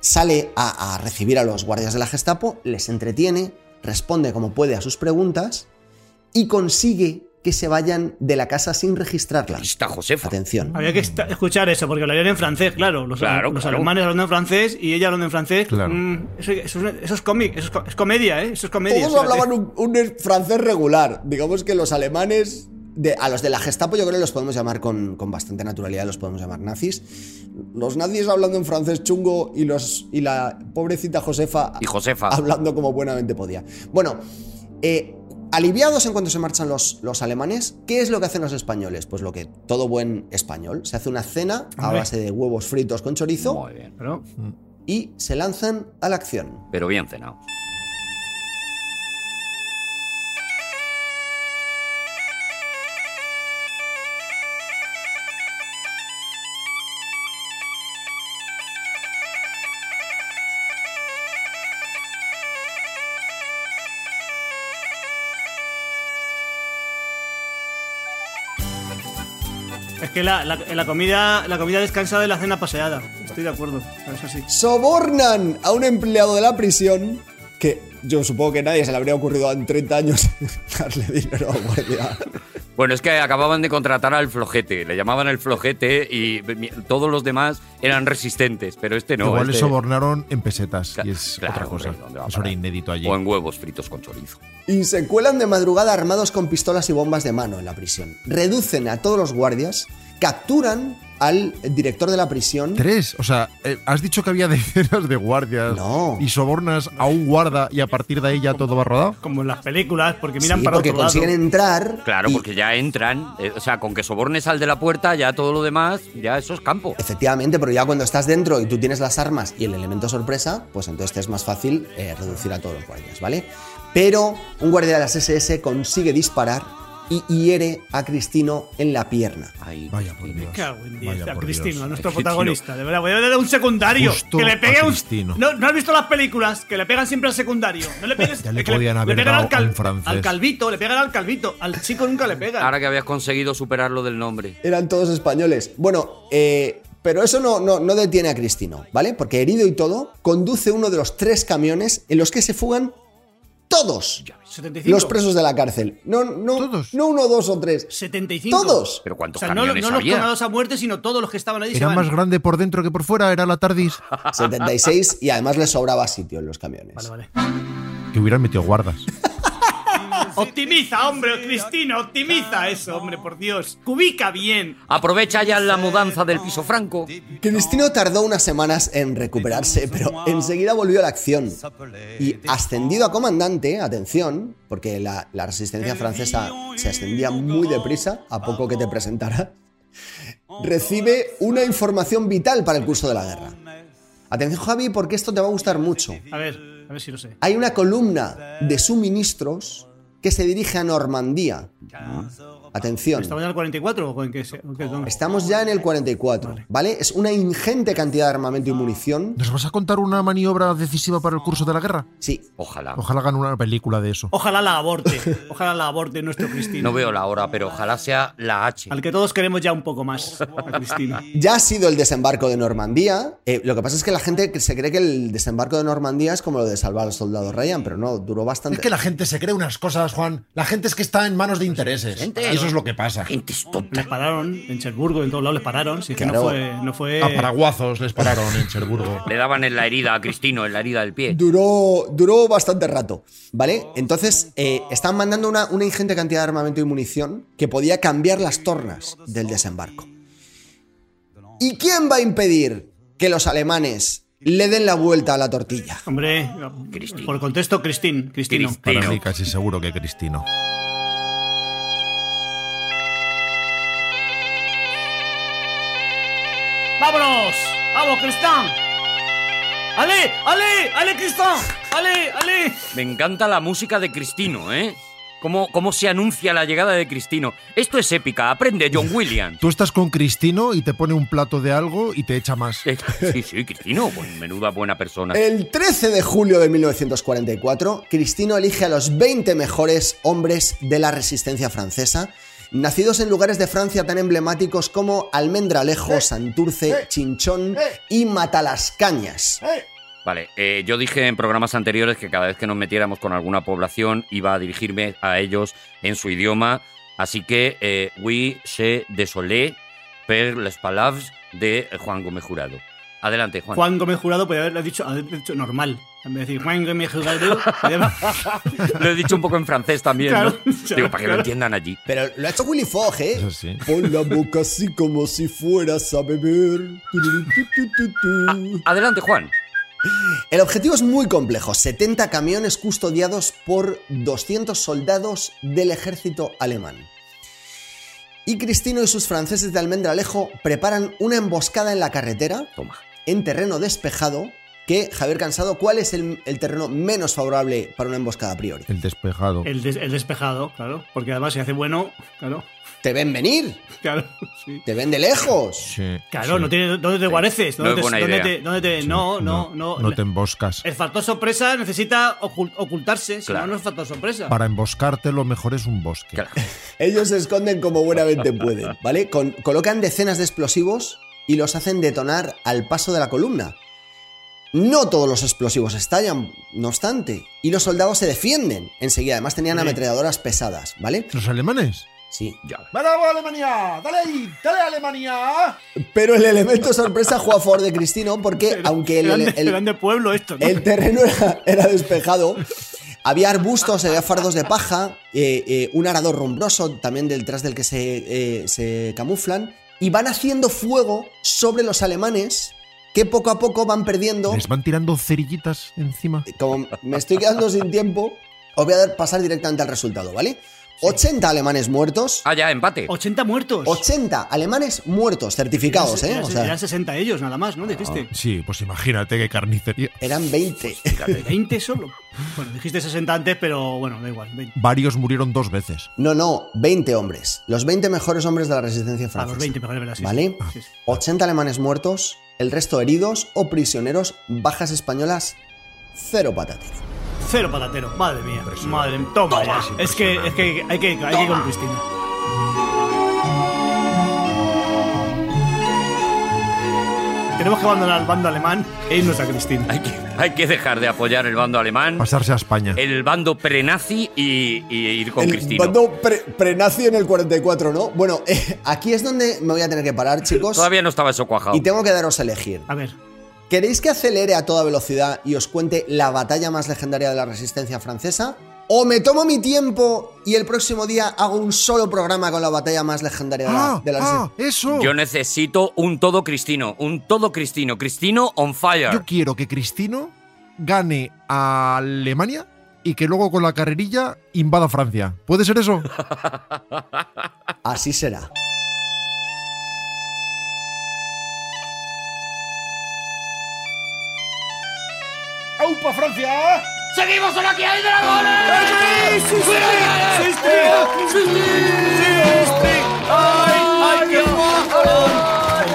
[SPEAKER 3] sale a, a recibir a los guardias de la Gestapo, les entretiene, responde como puede a sus preguntas y consigue que se vayan de la casa sin registrarla.
[SPEAKER 5] Ahí está Josefa.
[SPEAKER 3] Atención.
[SPEAKER 6] Había que esta- escuchar eso, porque lo habían en francés, claro. Los,
[SPEAKER 5] Claro,
[SPEAKER 6] los
[SPEAKER 5] claro.
[SPEAKER 6] alemanes hablando en francés y ella hablando en francés.
[SPEAKER 4] Claro.
[SPEAKER 6] Mm, eso, eso es una- eso es cómic, eso es, co- es comedia, ¿eh? Eso es comedia.
[SPEAKER 3] Todos
[SPEAKER 6] fíjate.
[SPEAKER 3] hablaban un, un francés regular. Digamos que los alemanes. de- a los de la Gestapo yo creo que los podemos llamar con, con bastante naturalidad, los podemos llamar nazis. Los nazis hablando en francés chungo y, los, y la pobrecita Josefa
[SPEAKER 5] Y Josefa.
[SPEAKER 3] hablando como buenamente podía. Bueno, eh, aliviados en cuanto se marchan los, los alemanes, ¿qué es lo que hacen los españoles? Pues lo que todo buen español, se hace una cena a
[SPEAKER 6] Hombre.
[SPEAKER 3] base de huevos fritos con chorizo
[SPEAKER 5] Muy bien.
[SPEAKER 6] Claro.
[SPEAKER 3] y se lanzan a la acción.
[SPEAKER 5] Pero bien cenado.
[SPEAKER 6] Es que la, la- la comida, la comida descansada y la cena paseada. Estoy de acuerdo. Eso sí.
[SPEAKER 3] sobornan a un empleado de la prisión que yo supongo que nadie se le habría ocurrido en 30 años darle dinero a un guardia.
[SPEAKER 5] Bueno, es que acababan de contratar al flojete. Le llamaban el flojete y mi- todos los demás eran resistentes, pero este no.
[SPEAKER 4] Igual le
[SPEAKER 5] este-
[SPEAKER 4] sobornaron en pesetas
[SPEAKER 5] Cla-
[SPEAKER 4] y es
[SPEAKER 5] claro,
[SPEAKER 4] otra
[SPEAKER 5] hombre,
[SPEAKER 4] cosa.
[SPEAKER 5] ¿dónde va a
[SPEAKER 4] Eso era
[SPEAKER 5] parar?
[SPEAKER 4] inédito allí.
[SPEAKER 5] O en huevos fritos con chorizo.
[SPEAKER 3] Y se cuelan de madrugada armados con pistolas y bombas de mano en la prisión. Reducen a todos los guardias, capturan al director de la prisión.
[SPEAKER 4] Tres, o sea, eh, has dicho que había decenas de guardias
[SPEAKER 3] No.
[SPEAKER 4] y sobornas a un guarda y a partir de ahí ya todo va rodado.
[SPEAKER 6] Como en las películas, porque miran
[SPEAKER 3] Sí,
[SPEAKER 6] para
[SPEAKER 3] porque
[SPEAKER 6] otro lado.
[SPEAKER 3] consiguen entrar.
[SPEAKER 5] Claro,
[SPEAKER 3] y
[SPEAKER 5] porque ya ya entran. Eh, o sea, con que sobornes al de la puerta, ya todo lo demás, ya eso es campo.
[SPEAKER 3] Efectivamente, pero ya cuando estás dentro y tú tienes las armas y el elemento sorpresa, pues entonces te es más fácil eh, reducir a todos los guardias, ¿vale? Pero un guardia de las SS consigue disparar y hiere a Cristino en la pierna.
[SPEAKER 5] Ahí.
[SPEAKER 4] Vaya por Dios.
[SPEAKER 6] Cago en diez.
[SPEAKER 4] Vaya
[SPEAKER 6] a
[SPEAKER 4] por
[SPEAKER 6] Cristino, a
[SPEAKER 4] Dios.
[SPEAKER 6] nuestro
[SPEAKER 5] Cristino.
[SPEAKER 6] protagonista, de verdad. Voy a darle un secundario.
[SPEAKER 4] Justo
[SPEAKER 6] que le pegue
[SPEAKER 4] a
[SPEAKER 6] un.
[SPEAKER 4] Cristino.
[SPEAKER 6] No, ¿no has visto las películas, que le pegan siempre al secundario. No le pegues.
[SPEAKER 4] Ya le
[SPEAKER 6] es que
[SPEAKER 4] podían haber
[SPEAKER 6] pegan
[SPEAKER 4] dado
[SPEAKER 6] al, cal-
[SPEAKER 4] al francés.
[SPEAKER 6] al calvito, le pegan al calvito. Al chico nunca le pegan.
[SPEAKER 5] Ahora que habías conseguido superar lo del nombre.
[SPEAKER 3] Eran todos españoles. Bueno, eh, pero eso no, no, no detiene a Cristino, ¿vale? Porque herido y todo, conduce uno de los tres camiones en los que se fugan todos
[SPEAKER 6] 75.
[SPEAKER 3] los presos de la cárcel. No, no,
[SPEAKER 4] Todos.
[SPEAKER 3] no uno, dos o tres.
[SPEAKER 6] 75.
[SPEAKER 3] Todos.
[SPEAKER 5] Pero
[SPEAKER 6] O
[SPEAKER 5] ¿cuántos
[SPEAKER 6] sea, no, no
[SPEAKER 5] camiones
[SPEAKER 6] los
[SPEAKER 5] había?
[SPEAKER 6] condenados a muerte, sino todos los que estaban ahí. se
[SPEAKER 4] Era
[SPEAKER 6] van.
[SPEAKER 4] más grande por dentro que por fuera, era la TARDIS.
[SPEAKER 3] 76 y además les sobraba sitio en los camiones.
[SPEAKER 6] Vale, vale.
[SPEAKER 4] Que hubieran metido guardas.
[SPEAKER 6] Optimiza, hombre, Cristina, optimiza eso, hombre, por Dios. Cubica bien.
[SPEAKER 5] Aprovecha ya la mudanza del piso franco.
[SPEAKER 3] Cristino tardó unas semanas en recuperarse, pero enseguida volvió a la acción. Y ascendido a comandante, atención, porque la, la resistencia francesa se ascendía muy deprisa, a poco que te presentara, recibe una información vital para el curso de la guerra. Atención Javi, porque esto te va a gustar mucho.
[SPEAKER 6] A ver, a ver si lo sé.
[SPEAKER 3] Hay una columna de suministros que se dirige a Normandía. Atención.
[SPEAKER 6] ¿Estamos en el 44 o en qué? se- o en qué zona?
[SPEAKER 3] Estamos ya en el 44, ¿vale? Es una ingente cantidad de armamento y munición.
[SPEAKER 4] ¿Nos vas a contar una maniobra decisiva para el curso de la guerra?
[SPEAKER 3] Sí,
[SPEAKER 5] Ojalá.
[SPEAKER 4] Ojalá hagan una película de eso.
[SPEAKER 6] Ojalá la aborte. Ojalá la aborte nuestro Cristino.
[SPEAKER 5] No veo la hora, pero ojalá sea la H.
[SPEAKER 6] Al que todos queremos ya un poco más. A Cristina.
[SPEAKER 3] ya ha sido el desembarco de Normandía. Eh, lo que pasa es que la gente se cree que el desembarco de Normandía es como lo de salvar al soldado Ryan, pero no, duró bastante.
[SPEAKER 10] Es que la gente se cree unas cosas, Juan. La gente es que está en manos de
[SPEAKER 4] Pues,
[SPEAKER 10] intereses.
[SPEAKER 5] Gente.
[SPEAKER 10] Eso es lo que pasa.
[SPEAKER 5] Gente es tonta.
[SPEAKER 6] Les pararon en Cherburgo, en todos lados les pararon. Si es que
[SPEAKER 3] Claro.
[SPEAKER 6] no fue. No fue...
[SPEAKER 5] Ah,
[SPEAKER 10] A paraguazos les pararon en Cherburgo.
[SPEAKER 5] Le daban en la herida a Cristino, en la herida del pie.
[SPEAKER 3] Duró, duró bastante rato, ¿vale? Entonces, eh, están mandando una, una ingente cantidad de armamento y munición que podía cambiar las tornas del desembarco. ¿Y quién va a impedir que los alemanes le den la vuelta a la tortilla?
[SPEAKER 6] Hombre, por contexto, Cristín. Cristino.
[SPEAKER 4] Para
[SPEAKER 5] Cristino.
[SPEAKER 4] mí casi seguro que Cristino.
[SPEAKER 6] ¡Vámonos! ¡Vamos, Cristán! ¡Ale! ¡Ale! ¡Ale, Cristán! ¡Ale! ¡Ale!
[SPEAKER 5] Me encanta la música de Cristino, ¿eh? Cómo, cómo se anuncia la llegada de Cristino. Esto es épica, aprende John Williams.
[SPEAKER 4] Tú estás con Cristino y te pone un plato de algo y te echa más.
[SPEAKER 5] Eh, Sí, sí, Cristino, buen- menuda buena persona.
[SPEAKER 4] Ah.
[SPEAKER 3] El 13 de julio de 1944, Cristino elige a los 20 mejores hombres de la resistencia francesa, nacidos en lugares de Francia tan emblemáticos como Almendralejo, Santurce, Chinchón y Matalascañas.
[SPEAKER 5] Vale, eh, yo dije en programas anteriores que cada vez que nos metiéramos con alguna población iba a dirigirme a ellos en su idioma, así que eh, oui, se désolé per les palabras de Juan Gómez Jurado. Adelante, Juan.
[SPEAKER 6] Juan Gómez Jurado podía haberlo dicho, haber dicho normal. En vez de decir Juan Gómez Jurado, podía haber-
[SPEAKER 5] Lo he dicho un poco en francés también, ¿no?
[SPEAKER 6] Claro, claro,
[SPEAKER 5] Digo, para que lo
[SPEAKER 6] claro.
[SPEAKER 5] entiendan allí.
[SPEAKER 3] Pero lo ha hecho Willy Fogg, ¿eh?
[SPEAKER 4] Eso sí.
[SPEAKER 3] Pon la boca así como si fueras a beber. Tururú, tu, tu, tu, tu.
[SPEAKER 5] Ah, Adelante, Juan.
[SPEAKER 3] El objetivo es muy complejo, 70 camiones custodiados por 200 soldados del ejército alemán. Y Cristino y sus franceses de Almendralejo preparan una emboscada en la carretera,
[SPEAKER 5] Toma.
[SPEAKER 3] en terreno despejado, que, Javier Cansado, ¿cuál es el, el terreno menos favorable para una emboscada a priori?
[SPEAKER 4] El despejado.
[SPEAKER 6] el, des- el despejado, claro. Porque además se hace bueno, claro.
[SPEAKER 3] Te ven venir,
[SPEAKER 6] Claro, sí.
[SPEAKER 3] te ven de lejos.
[SPEAKER 4] Sí,
[SPEAKER 6] Claro,
[SPEAKER 4] sí.
[SPEAKER 6] no tiene, ¿dónde te guareces?
[SPEAKER 5] No
[SPEAKER 6] ¿Dónde
[SPEAKER 5] es
[SPEAKER 6] te,
[SPEAKER 5] buena
[SPEAKER 6] dónde
[SPEAKER 5] idea.
[SPEAKER 6] te- dónde te-
[SPEAKER 4] Sí,
[SPEAKER 6] no, no, no.
[SPEAKER 4] No te emboscas.
[SPEAKER 6] El factor sorpresa necesita ocul- ocultarse, si
[SPEAKER 5] Claro.
[SPEAKER 6] no, no es factor sorpresa.
[SPEAKER 4] Para emboscarte lo mejor es un bosque.
[SPEAKER 5] Claro.
[SPEAKER 3] Ellos se esconden como buenamente pueden, ¿vale? Con- colocan decenas de explosivos y los hacen detonar al paso de la columna. No todos los explosivos estallan, no obstante, y los soldados se defienden enseguida. Además tenían
[SPEAKER 6] Sí.
[SPEAKER 3] ametralladoras pesadas, ¿vale?
[SPEAKER 4] ¿Los alemanes?
[SPEAKER 3] Sí.
[SPEAKER 10] ¡Bravo, Alemania! ¡Dale ahí! ¡Dale, Alemania!
[SPEAKER 3] Pero el elemento sorpresa juega a favor de Cristino porque, aunque el,
[SPEAKER 6] eran, de,
[SPEAKER 3] el-
[SPEAKER 6] eran de pueblo esto, ¿no?
[SPEAKER 3] el terreno era, era despejado, había arbustos, había fardos de paja, eh, eh, un arador rumbroso también detrás del que se, eh, se camuflan, y van haciendo fuego sobre los alemanes que poco a poco van perdiendo.
[SPEAKER 4] ¿Les van tirando cerillitas encima?
[SPEAKER 3] Como me estoy quedando sin tiempo, os voy a dar- pasar directamente al resultado, ¿vale? 80 alemanes muertos.
[SPEAKER 5] Ah, ya, empate.
[SPEAKER 6] 80 muertos.
[SPEAKER 3] 80 alemanes muertos, certificados,
[SPEAKER 6] Eran-
[SPEAKER 3] ¿eh?
[SPEAKER 6] eran-
[SPEAKER 3] O sea,
[SPEAKER 6] eran 60 ellos, nada más, ¿no? Dijiste.
[SPEAKER 4] Sí, pues imagínate qué carnicería.
[SPEAKER 3] eran 20.
[SPEAKER 5] Fíjate.
[SPEAKER 6] 20 solo. Bueno, dijiste 60 antes, pero bueno, da igual. 20.
[SPEAKER 4] Varios murieron dos veces.
[SPEAKER 3] No, no, 20 hombres. Los 20 mejores hombres de la resistencia
[SPEAKER 6] A
[SPEAKER 3] francesa.
[SPEAKER 6] los 20, mejor, es verdad. sí, Ah. sí.
[SPEAKER 3] ¿Vale?
[SPEAKER 6] Sí, sí.
[SPEAKER 3] 80 alemanes muertos, el resto heridos o prisioneros, bajas españolas, cero patatero.
[SPEAKER 6] Cero patatero. Madre mía. Madre mía. Toma. ya. Es, que, es que hay que, hay que ir con Cristina. Tenemos que abandonar al bando alemán e irnos a Cristina.
[SPEAKER 5] Hay que, hay que dejar de apoyar el bando alemán,
[SPEAKER 4] Pasarse a España.
[SPEAKER 5] el bando prenazi y, y ir con
[SPEAKER 3] el
[SPEAKER 5] Cristino.
[SPEAKER 3] bando pre- prenazi en el 44, ¿no? Bueno, eh, aquí es donde me voy a tener que parar, chicos.
[SPEAKER 5] Todavía no estaba eso cuajado.
[SPEAKER 3] Y tengo que daros a elegir.
[SPEAKER 6] A ver.
[SPEAKER 3] ¿Queréis que acelere a toda velocidad y os cuente la batalla más legendaria de la resistencia francesa? ¿O me tomo mi tiempo y el próximo día hago un solo programa con la batalla más legendaria de la,
[SPEAKER 4] ¡Ah!
[SPEAKER 3] de la
[SPEAKER 4] ¡Ah!
[SPEAKER 3] resistencia?
[SPEAKER 4] ¡Eso!
[SPEAKER 5] Yo necesito un todo Cristino, un todo Cristino, Cristino on fire.
[SPEAKER 4] Yo quiero que Cristino gane a Alemania y que luego con la carrerilla invada Francia. ¿Puede ser eso?
[SPEAKER 3] Así será.
[SPEAKER 10] ¡Aupa, Francia!
[SPEAKER 2] ¡Seguimos en aquí hay dragones! ¡Sí, sí, sí!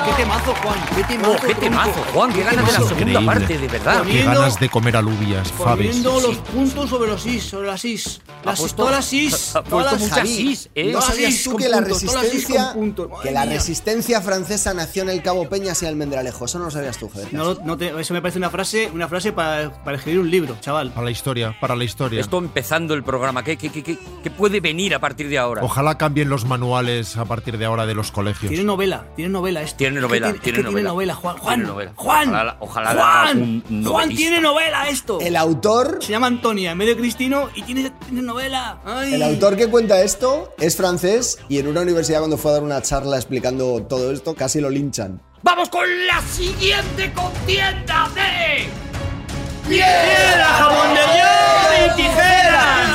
[SPEAKER 6] ¡Qué temazo, Juan! ¡Qué temazo!
[SPEAKER 5] Oh, ¡Qué temazo, Juan! ¡Qué ganas de la segunda
[SPEAKER 4] Increíble.
[SPEAKER 5] parte, de verdad!
[SPEAKER 4] Qué ganas de comer alubias, Fabis.
[SPEAKER 6] Poniendo los puntos sobre los is, sobre las is. Las is,
[SPEAKER 5] puesto-
[SPEAKER 6] todas las is.
[SPEAKER 5] ha
[SPEAKER 6] todas
[SPEAKER 5] puesto
[SPEAKER 6] las-
[SPEAKER 5] muchas is, ¿eh?
[SPEAKER 3] ¿No
[SPEAKER 6] Todas
[SPEAKER 3] sabías
[SPEAKER 6] is
[SPEAKER 3] tú
[SPEAKER 6] con
[SPEAKER 3] que la
[SPEAKER 6] puntos, todas is con
[SPEAKER 3] resistencia
[SPEAKER 6] puntos. Madre
[SPEAKER 3] que la
[SPEAKER 6] mía.
[SPEAKER 3] resistencia francesa nació en el Cabo Peñas y Almendralejo? Eso no lo sabías tú, Javier.
[SPEAKER 6] No, no te- eso me parece una frase, una frase para, para escribir un libro, chaval.
[SPEAKER 4] Para la historia, para la historia.
[SPEAKER 5] Esto empezando el programa, ¿qué, qué, qué, qué, qué puede venir a partir de ahora?
[SPEAKER 6] Oh.
[SPEAKER 4] Ojalá cambien los manuales a partir de ahora de los colegios.
[SPEAKER 6] Tiene novela, tiene novela esto.
[SPEAKER 5] Tiene novela,
[SPEAKER 6] Es que
[SPEAKER 5] tiene
[SPEAKER 6] es que
[SPEAKER 5] novela.
[SPEAKER 6] Juan. Juan,
[SPEAKER 5] Tiene novela.
[SPEAKER 6] Juan,
[SPEAKER 5] Ojalá- ojalá la haga
[SPEAKER 6] Juan,
[SPEAKER 5] un
[SPEAKER 6] Juan,
[SPEAKER 5] novelista.
[SPEAKER 6] tiene novela esto.
[SPEAKER 3] El autor,
[SPEAKER 6] Se llama Antonia, en medio de Cristino, y tiene, tiene novela. Ay.
[SPEAKER 3] el autor que cuenta esto es francés y en una universidad cuando fue a dar una charla explicando todo esto casi lo linchan.
[SPEAKER 2] ¡Vamos con la siguiente contienda de...
[SPEAKER 6] ¡Piedra, jamón de Dios y tijeras!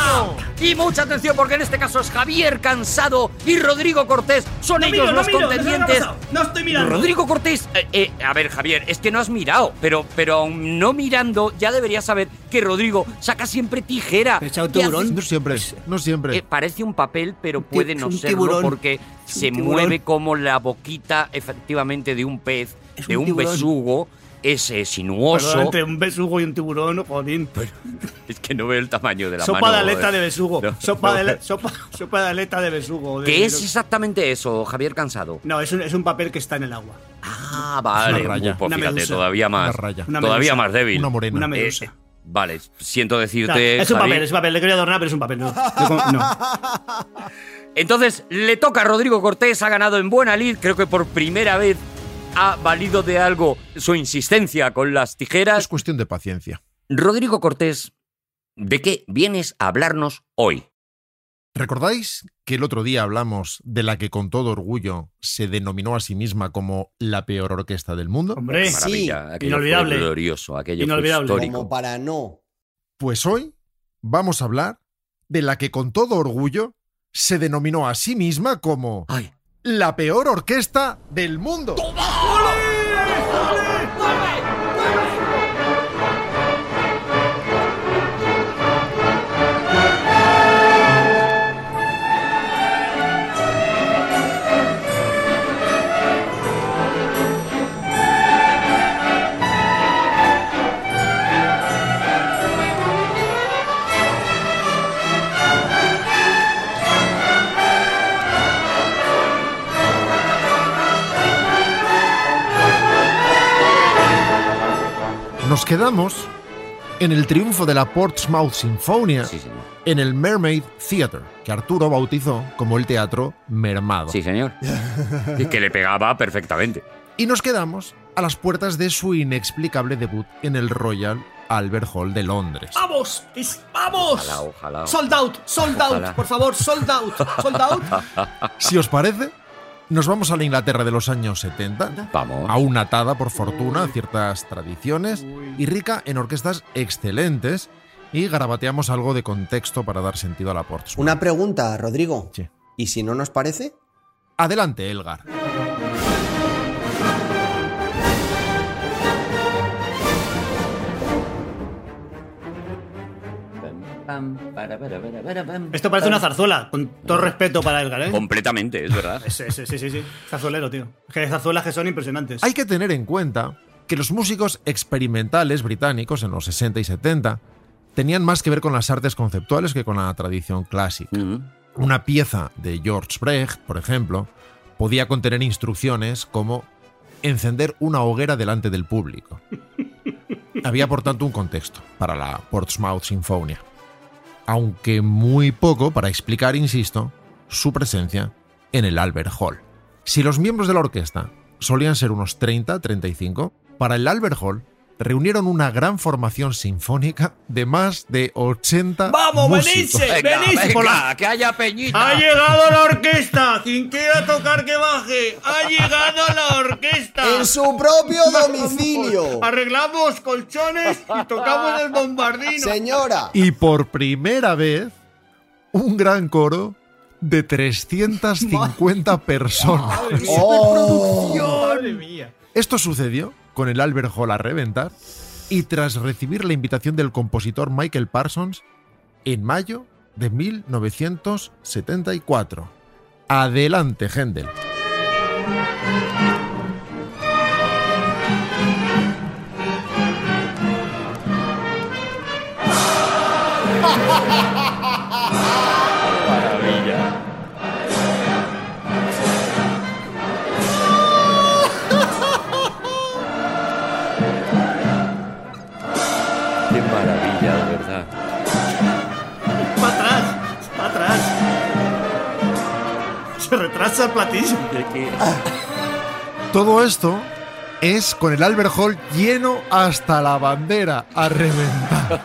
[SPEAKER 8] Y mucha atención porque en este caso es Javier Cansado y Rodrigo Cortés. Son ellos los contendientes.
[SPEAKER 6] No estoy mirando.
[SPEAKER 5] Rodrigo Cortés, eh, eh, a ver Javier, es que no has mirado, pero, pero aún no mirando ya deberías saber que Rodrigo saca siempre tijera.
[SPEAKER 6] Pero echado
[SPEAKER 5] ¿Qué haces?
[SPEAKER 6] tiburón.
[SPEAKER 4] No siempre, no siempre.
[SPEAKER 5] Eh, parece un papel, pero
[SPEAKER 6] ti-
[SPEAKER 5] puede
[SPEAKER 6] es
[SPEAKER 5] no
[SPEAKER 6] un
[SPEAKER 5] serlo
[SPEAKER 6] tiburón.
[SPEAKER 5] porque
[SPEAKER 6] Es un
[SPEAKER 5] se
[SPEAKER 6] tiburón.
[SPEAKER 5] mueve como la boquita efectivamente de un pez,
[SPEAKER 6] Es
[SPEAKER 5] de
[SPEAKER 6] un
[SPEAKER 5] un
[SPEAKER 6] tiburón.
[SPEAKER 5] besugo, ese sinuoso.
[SPEAKER 6] Perdón, entre un besugo y un tiburón, jodín.
[SPEAKER 5] Es que no veo el tamaño de la
[SPEAKER 6] Sopa
[SPEAKER 5] mano.
[SPEAKER 6] de aleta de besugo.
[SPEAKER 5] No,
[SPEAKER 6] sopa,
[SPEAKER 5] no.
[SPEAKER 6] de ale- sopa, sopa de aleta de besugo. de-
[SPEAKER 5] ¿Qué es
[SPEAKER 6] de-
[SPEAKER 5] exactamente eso, Javier Cansado?
[SPEAKER 6] No, es un, es un papel que está en el agua.
[SPEAKER 5] Ah, vale.
[SPEAKER 4] una raya.
[SPEAKER 5] uh, pues
[SPEAKER 6] Una
[SPEAKER 5] fíjate,
[SPEAKER 6] medusa.
[SPEAKER 5] todavía más.
[SPEAKER 4] Una raya.
[SPEAKER 6] Una
[SPEAKER 5] todavía
[SPEAKER 6] medusa.
[SPEAKER 5] más débil.
[SPEAKER 4] Una morena.
[SPEAKER 6] Una
[SPEAKER 5] Eh,
[SPEAKER 6] medusa.
[SPEAKER 5] eh, vale, siento
[SPEAKER 6] Claro,
[SPEAKER 5] decirte.
[SPEAKER 6] es un
[SPEAKER 5] Javier-
[SPEAKER 6] papel, es un papel. Le quería adornar, pero es un papel. No. Yo con- no.
[SPEAKER 5] Entonces le toca a Rodrigo Cortés, ha ganado en buena lid, creo que por primera vez ha valido de algo su insistencia con las
[SPEAKER 4] eh. Es
[SPEAKER 5] tijeras.
[SPEAKER 4] cuestión de paciencia.
[SPEAKER 5] Rodrigo Cortés, ¿de qué vienes a hablarnos hoy?
[SPEAKER 4] ¿Recordáis que el otro día hablamos de la que con todo orgullo se denominó a sí misma como la peor orquesta del mundo?
[SPEAKER 6] Hombre,
[SPEAKER 5] Maravilla, aquello
[SPEAKER 6] Eh, inolvidable.
[SPEAKER 5] fue glorioso, aquello
[SPEAKER 6] Inolvidable.
[SPEAKER 5] fue
[SPEAKER 3] Como
[SPEAKER 5] histórico.
[SPEAKER 3] para no.
[SPEAKER 4] Pues hoy vamos a hablar de la que con todo orgullo se denominó a sí misma como
[SPEAKER 5] Ay,
[SPEAKER 4] la peor orquesta del mundo. Nos quedamos en el triunfo de la Portsmouth Sinfonia
[SPEAKER 5] sí, señor.
[SPEAKER 4] en el Mermaid Theatre, que Arturo bautizó como el Teatro Mermado.
[SPEAKER 5] Sí, señor. Y que le pegaba perfectamente.
[SPEAKER 4] Y nos quedamos a las puertas de su inexplicable debut en el Royal Albert Hall de Londres.
[SPEAKER 6] ¡Vamos! Es- ¡Vamos!
[SPEAKER 5] Ojalá, ojalá.
[SPEAKER 6] Sold out, sold out,
[SPEAKER 5] Ojalá.
[SPEAKER 6] por favor, sold out, sold out.
[SPEAKER 4] Si os parece, nos vamos a la Inglaterra de los años 70,
[SPEAKER 5] Vamos.
[SPEAKER 4] aún atada por fortuna a ciertas tradiciones y rica en orquestas excelentes y garabateamos algo de contexto para dar sentido a la Portsmouth.
[SPEAKER 3] Una pregunta, Rodrigo.
[SPEAKER 4] Sí.
[SPEAKER 3] ¿Y si no nos parece?
[SPEAKER 4] Adelante, Elgar.
[SPEAKER 6] Esto parece una zarzuela, con todo respeto para Elgar, ¿eh?
[SPEAKER 5] Completamente, es verdad.
[SPEAKER 6] Sí, sí, sí, sí, sí. Zarzuelero, tío. Es que hay zarzuelas que son impresionantes.
[SPEAKER 4] Hay que tener en cuenta que los músicos experimentales británicos en los 60 y 70 tenían más que ver con las artes conceptuales que con la tradición clásica.
[SPEAKER 5] Ujú.
[SPEAKER 4] Una pieza de George Brecht, por ejemplo, podía contener instrucciones como encender una hoguera delante del público. Había, por tanto, un contexto para la Portsmouth Sinfonia, aunque muy poco para explicar, insisto, su presencia en el Albert Hall. Si los miembros de la orquesta solían ser unos 30-35, para el Albert Hall reunieron una gran formación sinfónica de más de 80
[SPEAKER 2] ¡Vamos,
[SPEAKER 4] músicos.
[SPEAKER 2] venirse!
[SPEAKER 5] Venga,
[SPEAKER 2] ¡Venís
[SPEAKER 5] venga,
[SPEAKER 2] por la-
[SPEAKER 5] que haya peñita.
[SPEAKER 6] ¡Ha llegado la orquesta! ¡Quien quiera tocar que baje! ¡Ha llegado la orquesta!
[SPEAKER 3] ¡En su propio domicilio!
[SPEAKER 6] Arreglamos colchones y tocamos el bombardino.
[SPEAKER 3] Señora,
[SPEAKER 4] Y por primera vez, un gran coro de 350 personas.
[SPEAKER 3] Oh.
[SPEAKER 6] ¡Madre mía!
[SPEAKER 4] Esto sucedió con el Albert Hall a reventar y tras recibir la invitación del compositor Michael Parsons en mayo de 1974. Adelante, Händel.
[SPEAKER 5] Qué maravilla, de verdad.
[SPEAKER 6] ¡Para atrás! ¡Para atrás! Se retrasa el platillo.
[SPEAKER 4] Todo esto es con el Albert Hall lleno hasta la bandera a reventar.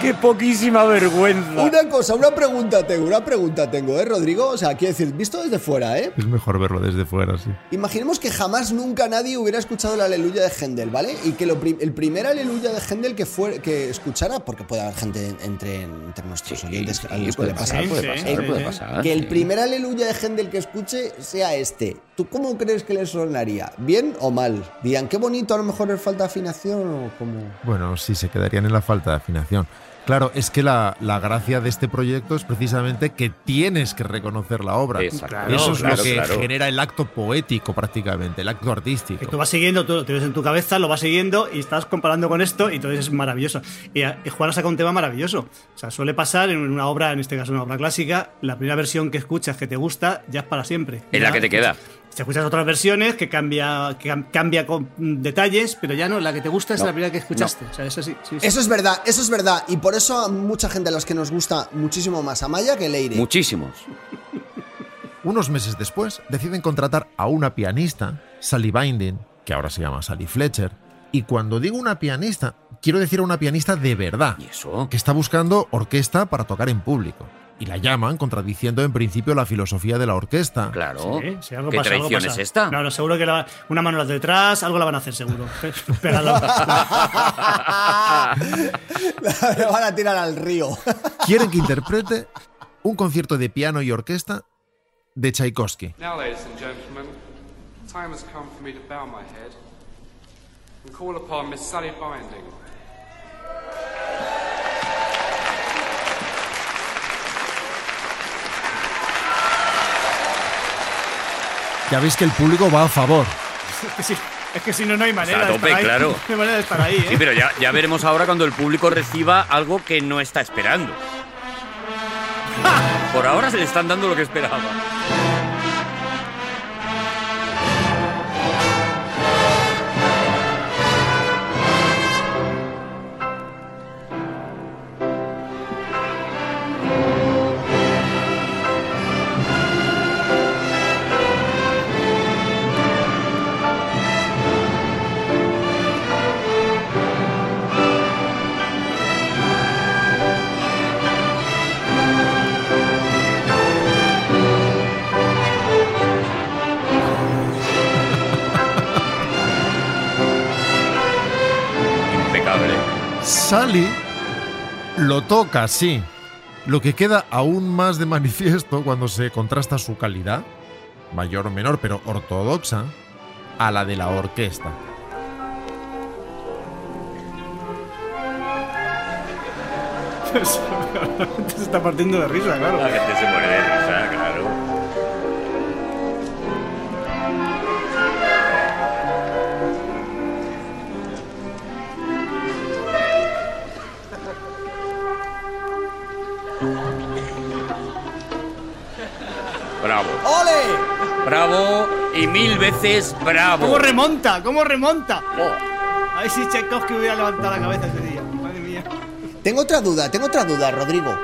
[SPEAKER 5] Qué poquísima vergüenza.
[SPEAKER 3] una cosa, una pregunta tengo, una pregunta tengo, ¿eh, Rodrigo? O sea, quiero decir, visto desde fuera, ¿eh?
[SPEAKER 4] Es mejor verlo desde fuera, sí.
[SPEAKER 3] Imaginemos que jamás nunca nadie hubiera escuchado el aleluya de Händel, ¿vale? Y que lo pri- el primer aleluya de Händel que, fue, que escuchara, porque puede haber gente en- entre, entre nuestros oyentes que algo ¿eh? les puede pasar.
[SPEAKER 6] Sí,
[SPEAKER 5] puede
[SPEAKER 6] sí,
[SPEAKER 5] pasar,
[SPEAKER 6] sí,
[SPEAKER 5] puede
[SPEAKER 6] sí.
[SPEAKER 5] pasar.
[SPEAKER 3] Que el
[SPEAKER 5] sí.
[SPEAKER 3] primer aleluya de Händel que escuche sea este. ¿Tú cómo crees que le sonaría? ¿Bien o mal? Dirán, qué bonito, a lo mejor le falta afinación o como...
[SPEAKER 4] Bueno, sí, se quedarían en la falta de afinación. Claro, es que la, la gracia de este proyecto es precisamente que tienes que reconocer la obra.
[SPEAKER 5] Exacto.
[SPEAKER 4] Eso es
[SPEAKER 5] Claro,
[SPEAKER 4] lo que
[SPEAKER 5] claro.
[SPEAKER 4] genera el acto poético prácticamente, el acto
[SPEAKER 6] Que tú
[SPEAKER 4] artístico.
[SPEAKER 6] vas siguiendo, tú lo tienes en tu cabeza, lo vas siguiendo y estás comparando con esto y entonces es maravilloso. Y, a- y Juan ha sacado un tema maravilloso. O sea, suele pasar en una obra, en este caso una obra clásica, la primera versión que escuchas que te gusta ya es para siempre.
[SPEAKER 5] Es la
[SPEAKER 6] Ya
[SPEAKER 5] que te queda.
[SPEAKER 6] Si escuchas otras versiones que cambia, que cam- cambia con mm, detalles, pero ya no, la que te gusta es
[SPEAKER 5] No,
[SPEAKER 6] la primera que escuchaste. O sea, es así. sí, sí.
[SPEAKER 3] Eso es verdad, eso es verdad. Y por eso a mucha gente a las que nos gusta muchísimo más Amaya que Leire.
[SPEAKER 5] Muchísimos.
[SPEAKER 4] Unos meses después deciden contratar a una pianista, Sally Binding, que ahora se llama Sally Fletcher. Y cuando digo una pianista, quiero decir a una pianista de verdad.
[SPEAKER 5] ¿Y eso?
[SPEAKER 4] que está buscando orquesta para tocar en público. Y la llaman contradiciendo en principio la filosofía de la orquesta.
[SPEAKER 5] Claro.
[SPEAKER 6] Sí, sí, algo
[SPEAKER 5] Oh, ¿Qué
[SPEAKER 6] pasa, algo
[SPEAKER 5] traición
[SPEAKER 6] pasa.
[SPEAKER 5] es esta?
[SPEAKER 6] No, no, seguro que la- una mano las detrás, algo la van a hacer seguro. Pero la
[SPEAKER 3] Me van a tirar al río.
[SPEAKER 4] Quieren que interprete un concierto de piano y orquesta de Tchaikovsky.
[SPEAKER 11] Now, ladies and gentlemen, the time has come for me to bow my head and call upon Miss Sally Binding.
[SPEAKER 4] Ya veis que el público va a favor.
[SPEAKER 6] Es que, si, es que si no, no hay manera.
[SPEAKER 5] Está a
[SPEAKER 6] de
[SPEAKER 5] tope,
[SPEAKER 6] estar ahí.
[SPEAKER 5] claro.
[SPEAKER 6] No hay manera de estar ahí, ¿eh?
[SPEAKER 5] Sí, pero ya, ya veremos ahora cuando el público reciba algo que no está esperando. Por ahora se le están dando lo que esperaba.
[SPEAKER 4] Sally lo toca así, lo que queda aún más de manifiesto cuando se contrasta su calidad, mayor o menor, pero ortodoxa, a la de la orquesta.
[SPEAKER 6] se está partiendo de risa, claro.
[SPEAKER 5] La gente se muere de risa, claro. Bravo,
[SPEAKER 3] ¡Ole!
[SPEAKER 5] bravo y mil veces bravo.
[SPEAKER 6] ¿Cómo remonta? ¿Cómo remonta?
[SPEAKER 4] Oh.
[SPEAKER 6] Ay, si Tchaikovsky hubiera levantado la cabeza ese día. Madre mía.
[SPEAKER 3] Tengo otra duda, tengo otra duda, Rodrigo.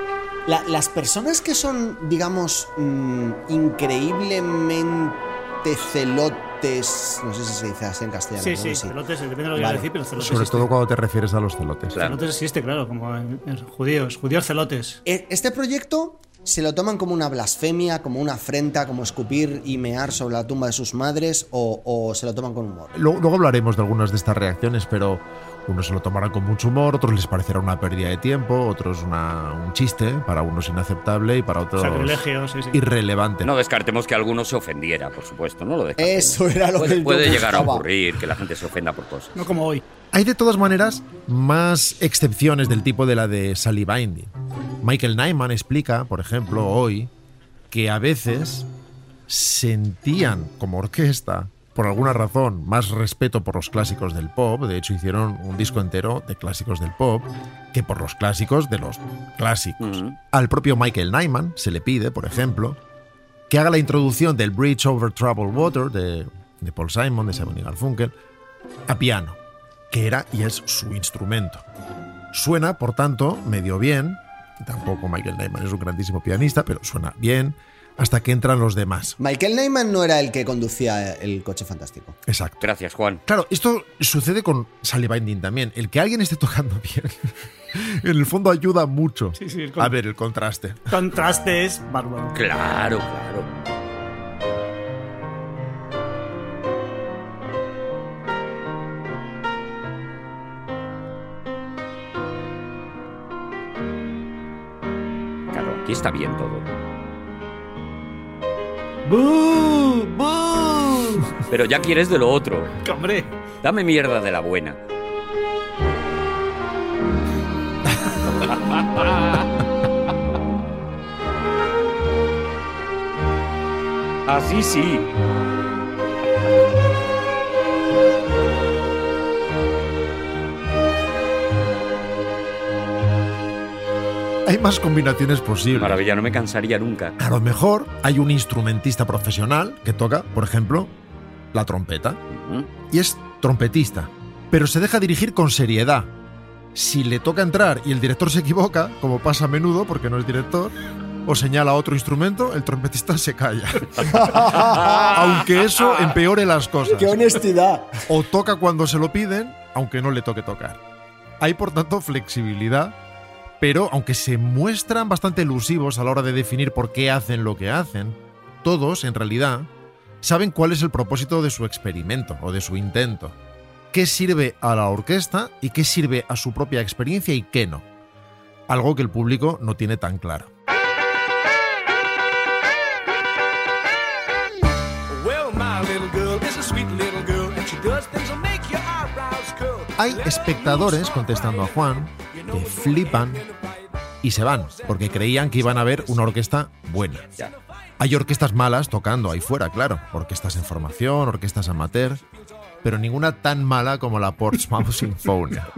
[SPEAKER 3] La- las personas que son, digamos, mm, increíblemente celotes. No sé si se dice así en castellano.
[SPEAKER 6] Sí,
[SPEAKER 3] creo
[SPEAKER 6] sí,
[SPEAKER 3] que
[SPEAKER 6] celotes, depende de lo
[SPEAKER 3] Vale.
[SPEAKER 6] que vaya a decir, pero celotes
[SPEAKER 4] Sobre
[SPEAKER 6] existe.
[SPEAKER 4] todo cuando te refieres a los celotes.
[SPEAKER 5] Claro.
[SPEAKER 6] Celotes existe, claro, como en, en judíos, judíos celotes.
[SPEAKER 3] E- Este proyecto se lo toman como una blasfemia, como una afrenta, como escupir y mear sobre la tumba de sus madres, o, o se lo toman con humor.
[SPEAKER 4] Lu- Luego hablaremos de algunas de estas reacciones, pero unos se lo tomarán con mucho humor, otros les parecerá una pérdida de tiempo, otros una- un chiste, para unos inaceptable y para otros
[SPEAKER 6] Sacrilegio, sí, sí.
[SPEAKER 4] irrelevante.
[SPEAKER 5] No descartemos que alguno se ofendiera, por supuesto, no lo descartemos.
[SPEAKER 3] Eso era Eh, lo que
[SPEAKER 5] Puede,
[SPEAKER 3] yo
[SPEAKER 5] puede llegar a
[SPEAKER 3] buscaba.
[SPEAKER 5] ocurrir que la gente se ofenda por cosas.
[SPEAKER 6] No como hoy.
[SPEAKER 4] Hay de todas maneras más excepciones del tipo de la de Sally Binding. Michael Nyman explica, por ejemplo, hoy, que a veces sentían como orquesta, por alguna razón, más respeto por los clásicos del pop. De hecho, hicieron un disco entero de clásicos del pop que por los clásicos de los clásicos.
[SPEAKER 5] Ujú.
[SPEAKER 4] Al propio Michael Nyman se le pide, por ejemplo, que haga la introducción del Bridge Over Troubled Water de, de Paul Simon, de Simon y Garfunkel, a piano, que era y es su instrumento. Suena, por tanto, medio bien. Tampoco Michael Nyman es un grandísimo pianista, pero suena bien hasta que entran los demás.
[SPEAKER 3] Michael Neyman no era el que conducía el coche fantástico.
[SPEAKER 4] Exacto.
[SPEAKER 5] Gracias, Juan.
[SPEAKER 4] Claro, esto sucede con Sally Binding también. El que alguien esté tocando bien, en el fondo ayuda mucho
[SPEAKER 6] Sí, sí, el con-
[SPEAKER 4] a ver el contraste.
[SPEAKER 6] Contraste es bárbaro.
[SPEAKER 5] Claro, claro. Claro, aquí está bien todo.
[SPEAKER 6] ¡Bú! ¡Bú!
[SPEAKER 5] Pero ya quieres de lo otro.
[SPEAKER 6] ¡Hombre!
[SPEAKER 5] Dame mierda de la buena. Así sí.
[SPEAKER 4] Hay más combinaciones posibles.
[SPEAKER 5] Maravilla, no me cansaría nunca.
[SPEAKER 4] A lo mejor hay un instrumentista profesional que toca, por ejemplo, la trompeta.
[SPEAKER 5] Ujú.
[SPEAKER 4] y es trompetista, pero se deja dirigir con seriedad. Si le toca entrar y el director se equivoca, como pasa a menudo porque no es director, o señala otro instrumento, el trompetista se calla. Ah,
[SPEAKER 6] Ah.
[SPEAKER 4] aunque eso empeore las cosas.
[SPEAKER 3] ¡Qué honestidad!
[SPEAKER 4] O toca cuando se lo piden, aunque no le toque tocar. Hay por tanto flexibilidad, pero aunque se muestran bastante elusivos a la hora de definir por qué hacen lo que hacen, todos, en realidad, saben cuál es el propósito de su experimento o de su intento. ¿Qué sirve a la orquesta y qué sirve a su propia experiencia y qué no? Algo que el público no tiene tan claro.
[SPEAKER 9] Well, my little girl is a sweet little girl, and she does things that make your eyebrows curl.
[SPEAKER 4] Hay espectadores, contestando a Juan, que flipan y se van, porque creían que iban a ver una orquesta buena.
[SPEAKER 5] Ya.
[SPEAKER 4] Hay orquestas malas tocando ahí fuera, claro. Orquestas en formación, orquestas amateur, pero ninguna tan mala como la Portsmouth Sinfonia.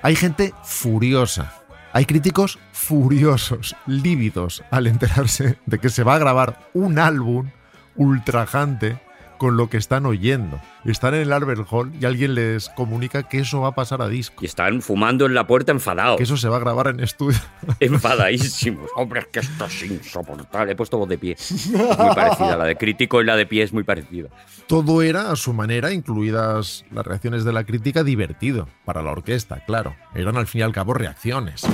[SPEAKER 4] Hay gente furiosa. Hay críticos furiosos, lívidos, al enterarse de que se va a grabar un álbum ultrajante con lo que están oyendo. Están en el Albert Hall y alguien les comunica que eso va a pasar a disco,
[SPEAKER 5] Y están fumando en la puerta enfadados.
[SPEAKER 4] que eso se va a grabar en estudio.
[SPEAKER 5] Enfadadísimos. Hombre, es que esto es insoportable. He puesto voz de pie. Muy parecida. La de crítico y la de pie es muy parecida.
[SPEAKER 4] Todo era a su manera, incluidas las reacciones de la crítica, divertido para la orquesta, claro. Eran al fin y al cabo reacciones.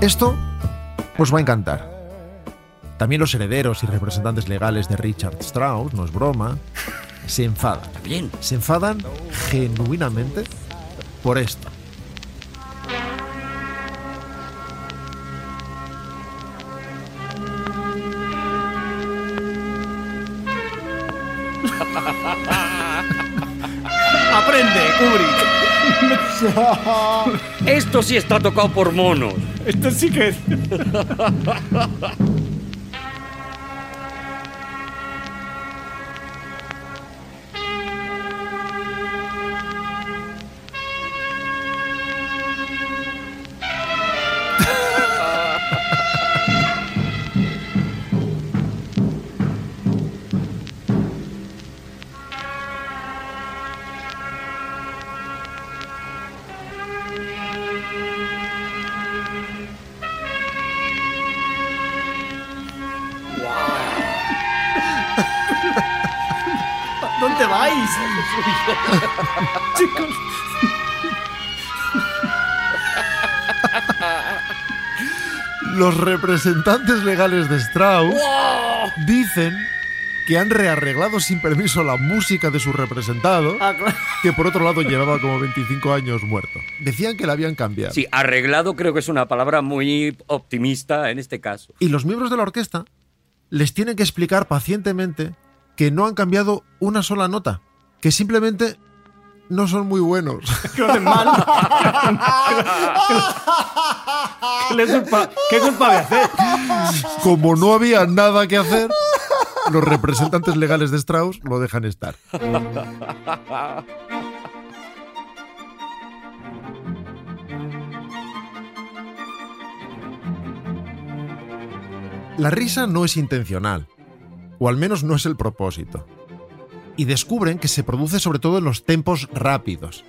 [SPEAKER 4] Esto os va a encantar. También los herederos y representantes legales de Richard Strauss, no es broma, se enfadan.
[SPEAKER 5] Bien.
[SPEAKER 4] Se enfadan genuinamente por esto.
[SPEAKER 6] Aprende, Kubrick.
[SPEAKER 5] Esto sí está tocado por monos.
[SPEAKER 6] Esto sí que es. ¿Dónde vais? Chicos.
[SPEAKER 4] Los representantes legales de Strauss dicen que han rearreglado sin permiso la música de su representado,
[SPEAKER 6] Ah, claro.
[SPEAKER 4] que por otro lado llevaba como 25 años muerto. Decían que la habían cambiado.
[SPEAKER 5] Sí, arreglado creo que es una palabra muy optimista en este caso.
[SPEAKER 4] Y los miembros de la orquesta les tienen que explicar pacientemente que no han cambiado una sola nota, que simplemente no son muy buenos.
[SPEAKER 6] Que lo hacen mal. ¿Qué culpa, ¿Qué culpa voy a hacer?
[SPEAKER 4] Como no había nada que hacer, los representantes legales de Strauss lo dejan estar. La risa no es intencional, o al menos no es el propósito. Y descubren que se produce sobre todo en los tempos rápidos.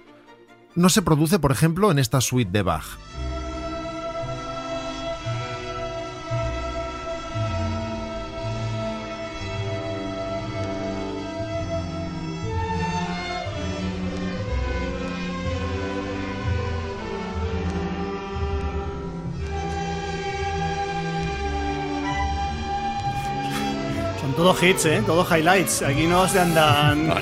[SPEAKER 4] No se produce, por ejemplo, en esta suite de Bach.
[SPEAKER 6] Son todos hits, ¿eh? Todos highlights. Aquí no se andan.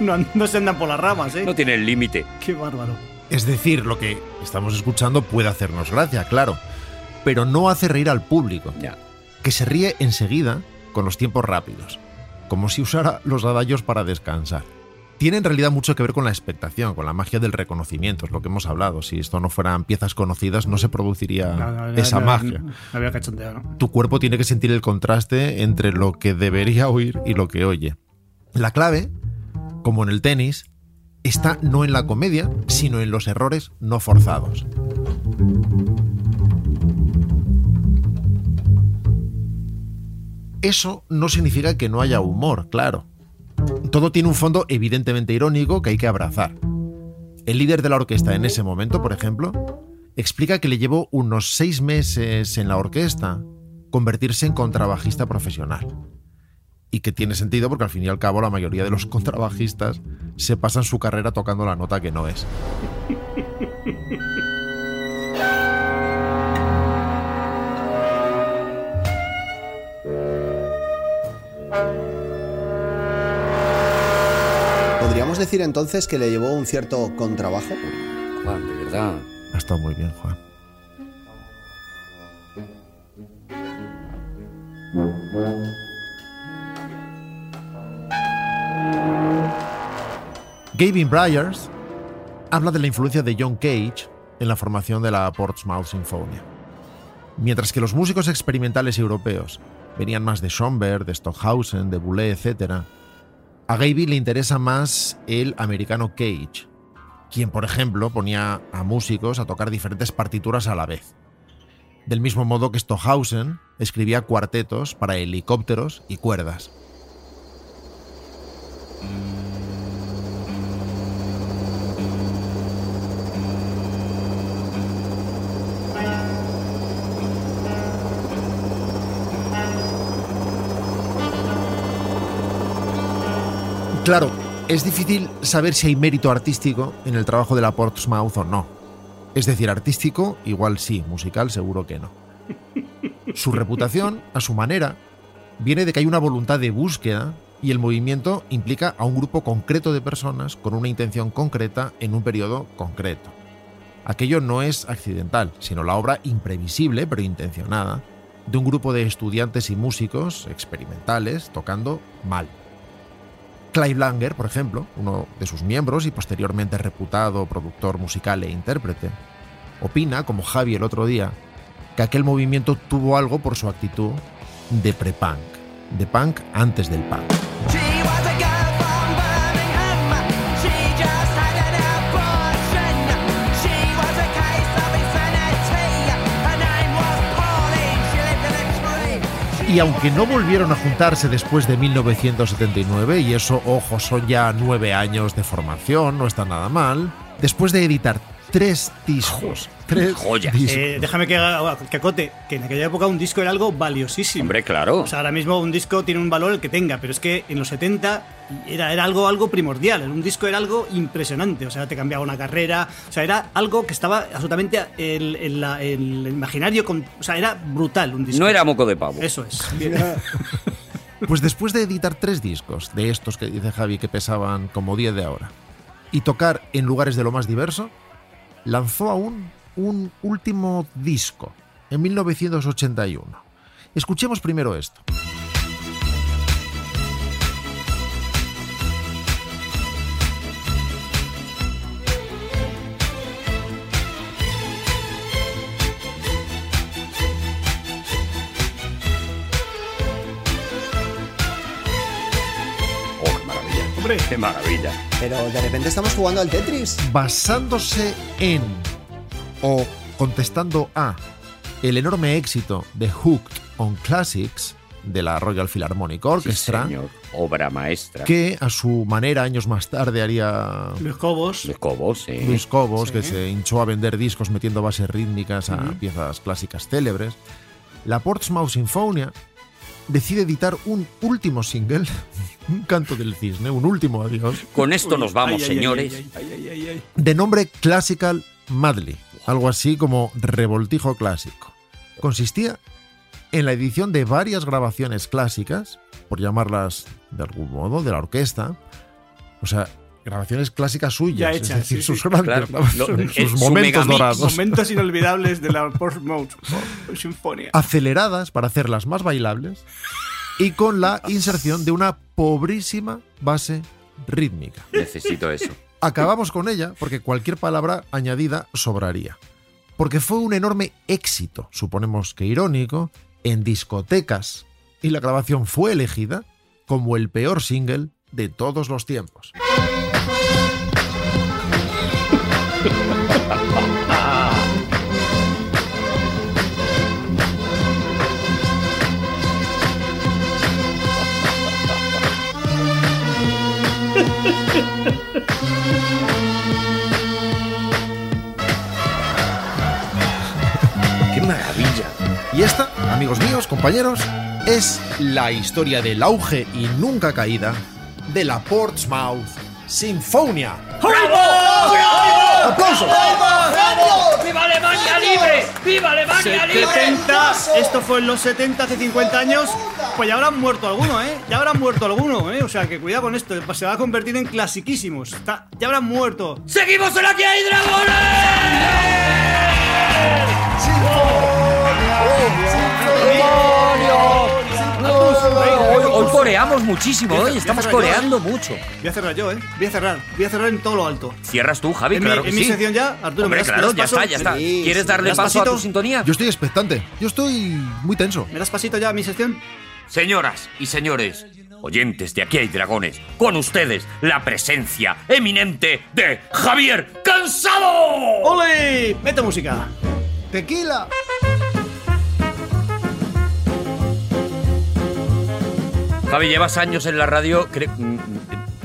[SPEAKER 6] No, no se andan por las ramas, ¿eh?
[SPEAKER 5] No tiene el límite.
[SPEAKER 6] Qué bárbaro.
[SPEAKER 4] Es decir, lo que estamos escuchando puede hacernos gracia, claro, pero no hace reír al público,
[SPEAKER 5] Ya.
[SPEAKER 4] que se ríe enseguida con los tiempos rápidos, como si usara los adallos para descansar. Tiene en realidad mucho que ver con la expectación, con la magia del reconocimiento, es lo que hemos hablado. Si esto no fueran piezas conocidas, no se produciría
[SPEAKER 6] No, no, no,
[SPEAKER 4] Ah, esa
[SPEAKER 6] no,
[SPEAKER 4] magia.
[SPEAKER 6] no había cachondeo, ¿no?
[SPEAKER 4] Tu cuerpo tiene que sentir el contraste entre lo que debería oír y lo que oye. La clave, como en el tenis, está no en la comedia, sino en los errores no forzados. Eso no significa que no haya humor, claro. Todo tiene un fondo evidentemente irónico que hay que abrazar. El líder de la orquesta en ese momento, por ejemplo, explica que le llevó unos seis meses en la orquesta convertirse en contrabajista profesional. Y que tiene sentido porque al fin y al cabo la mayoría de los contrabajistas se pasan su carrera tocando la nota que no es.
[SPEAKER 3] ¿Podríamos decir entonces que le llevó un cierto contrabajo?
[SPEAKER 5] Juan, de verdad.
[SPEAKER 4] Ha estado muy bien, Juan. Gavin Bryars habla de la influencia de John Cage en la formación de la Portsmouth Sinfonia. Mientras que los músicos experimentales europeos venían más de Schoenberg, de Stockhausen, de Boulez, etc., a Gaby le interesa más el americano Cage, quien, por ejemplo, ponía a músicos a tocar diferentes partituras a la vez. Del mismo modo que Stockhausen escribía cuartetos para helicópteros y cuerdas. Claro, es difícil saber si hay mérito artístico en el trabajo de la Portsmouth o no. Es decir, artístico igual sí, musical seguro que no. Su reputación, a su manera, viene de que hay una voluntad de búsqueda y el movimiento implica a un grupo concreto de personas con una intención concreta en un periodo concreto. Aquello no es accidental, sino la obra imprevisible pero intencionada de un grupo de estudiantes y músicos experimentales tocando mal. Clive Langer, por ejemplo, uno de sus miembros y posteriormente reputado productor musical e intérprete, opina, como Javi el otro día, que aquel movimiento tuvo algo por su actitud de pre-punk, de punk antes del punk. Y aunque no volvieron a juntarse después de 1979, y eso, ojo, son ya nueve años de formación, no está nada mal, después de editar tres discos, tres
[SPEAKER 5] Joyas.
[SPEAKER 4] discos,
[SPEAKER 6] Eh, déjame que, haga- que acote que en aquella época un disco era algo valiosísimo.
[SPEAKER 5] Hombre, claro.
[SPEAKER 6] O sea, ahora mismo un disco tiene un valor el que tenga, pero es que en los 70 era, era algo, algo primordial. Un disco era algo impresionante. O sea, te cambiaba una carrera. O sea, era algo que estaba absolutamente en, en la- en el imaginario. con- o sea, era brutal un disco.
[SPEAKER 5] No era moco de pavo.
[SPEAKER 6] Eso es.
[SPEAKER 4] Pues después de editar tres discos, de estos que dice Javi que pesaban como 10 de ahora, y tocar en lugares de lo más diverso, lanzó aún un último disco, en 1981. Escuchemos primero esto.
[SPEAKER 5] Oh, qué maravilla.
[SPEAKER 6] Hombre.
[SPEAKER 5] Qué maravilla.
[SPEAKER 3] Pero de repente estamos jugando al Tetris.
[SPEAKER 4] Basándose en o contestando a el enorme éxito de Hooked on Classics de la Royal Philharmonic
[SPEAKER 5] Sí,
[SPEAKER 4] Orchestra,
[SPEAKER 5] señor. Obra maestra.
[SPEAKER 4] que a su manera años más tarde haría
[SPEAKER 6] Los Cobos.
[SPEAKER 5] Los Cobos, eh.
[SPEAKER 4] Luis Cobos, que
[SPEAKER 6] Sí.
[SPEAKER 4] se hinchó a vender discos metiendo bases rítmicas a
[SPEAKER 6] Ujú.
[SPEAKER 4] piezas clásicas célebres, la Portsmouth Sinfonia decide editar un último single, un canto del cisne, un último adiós,
[SPEAKER 5] Con esto nos vamos,
[SPEAKER 6] Ay, ay, ay,
[SPEAKER 5] señores.
[SPEAKER 6] ay, ay, ay, ay.
[SPEAKER 4] de nombre Classical Madly, algo así como revoltijo clásico. Consistía en la edición de varias grabaciones clásicas, por llamarlas de algún modo, de la orquesta, o sea, grabaciones clásicas suyas,
[SPEAKER 6] Ya hechas,
[SPEAKER 4] es decir,
[SPEAKER 6] sí,
[SPEAKER 4] sus
[SPEAKER 6] sí.
[SPEAKER 4] grandes
[SPEAKER 5] Claro,
[SPEAKER 4] grabaciones,
[SPEAKER 5] lo- es
[SPEAKER 4] sus
[SPEAKER 5] su
[SPEAKER 4] momentos
[SPEAKER 5] megamix.
[SPEAKER 4] dorados.
[SPEAKER 6] Momentos inolvidables de la Portsmouth Sinfonia.
[SPEAKER 4] aceleradas para hacerlas más bailables y con la inserción de una pobrísima base rítmica.
[SPEAKER 5] Necesito eso.
[SPEAKER 4] Acabamos con ella porque cualquier palabra añadida sobraría. Porque fue un enorme éxito, suponemos que irónico, en discotecas y la grabación fue elegida como el peor single de todos los tiempos.
[SPEAKER 5] Qué maravilla.
[SPEAKER 4] Y esta, amigos míos, compañeros, es la historia del auge y nunca caída de la Portsmouth Sinfonia. ¡Aplausos!
[SPEAKER 2] ¡Viva Alemania libre! ¡Viva Alemania libre!
[SPEAKER 6] 70, esto fue en los 70, hace 50 años. Pues ya habrán muerto alguno, ¿eh? Ya habrán muerto alguno, ¿eh? O sea, que cuidado con esto, se va a convertir en clasiquísimos. Está- ya habrán muerto.
[SPEAKER 2] ¡Seguimos en Aquí hay dragones!
[SPEAKER 8] Hoy, hoy coreamos muchísimo, hoy estamos coreando mucho.
[SPEAKER 6] Voy a cerrar yo, ¿eh? Voy a cerrar, voy a cerrar en todo lo alto.
[SPEAKER 5] Cierras tú, Javi,
[SPEAKER 6] En mi-
[SPEAKER 5] claro
[SPEAKER 6] en
[SPEAKER 5] que
[SPEAKER 6] mi
[SPEAKER 5] sí.
[SPEAKER 6] sección ya, Arturo, ¿me
[SPEAKER 5] Hombre,
[SPEAKER 6] das- me
[SPEAKER 5] claro,
[SPEAKER 6] das
[SPEAKER 5] ya
[SPEAKER 6] paso?
[SPEAKER 5] está, ya está.
[SPEAKER 3] Sí,
[SPEAKER 5] ¿Quieres
[SPEAKER 6] sí.
[SPEAKER 5] darle
[SPEAKER 6] ¿Das
[SPEAKER 5] paso a tu
[SPEAKER 6] pasito?
[SPEAKER 5] sintonía?
[SPEAKER 4] Yo estoy expectante, yo estoy muy tenso.
[SPEAKER 6] ¿Me das pasito ya a mi sección?
[SPEAKER 5] Señoras y señores, oyentes de Aquí hay Dragones, con ustedes la presencia eminente de Javier Cansado.
[SPEAKER 6] ¡Ole! ¡Mete música!
[SPEAKER 4] ¡Tequila!
[SPEAKER 5] Javi, llevas años en la radio. cre- mm, mm,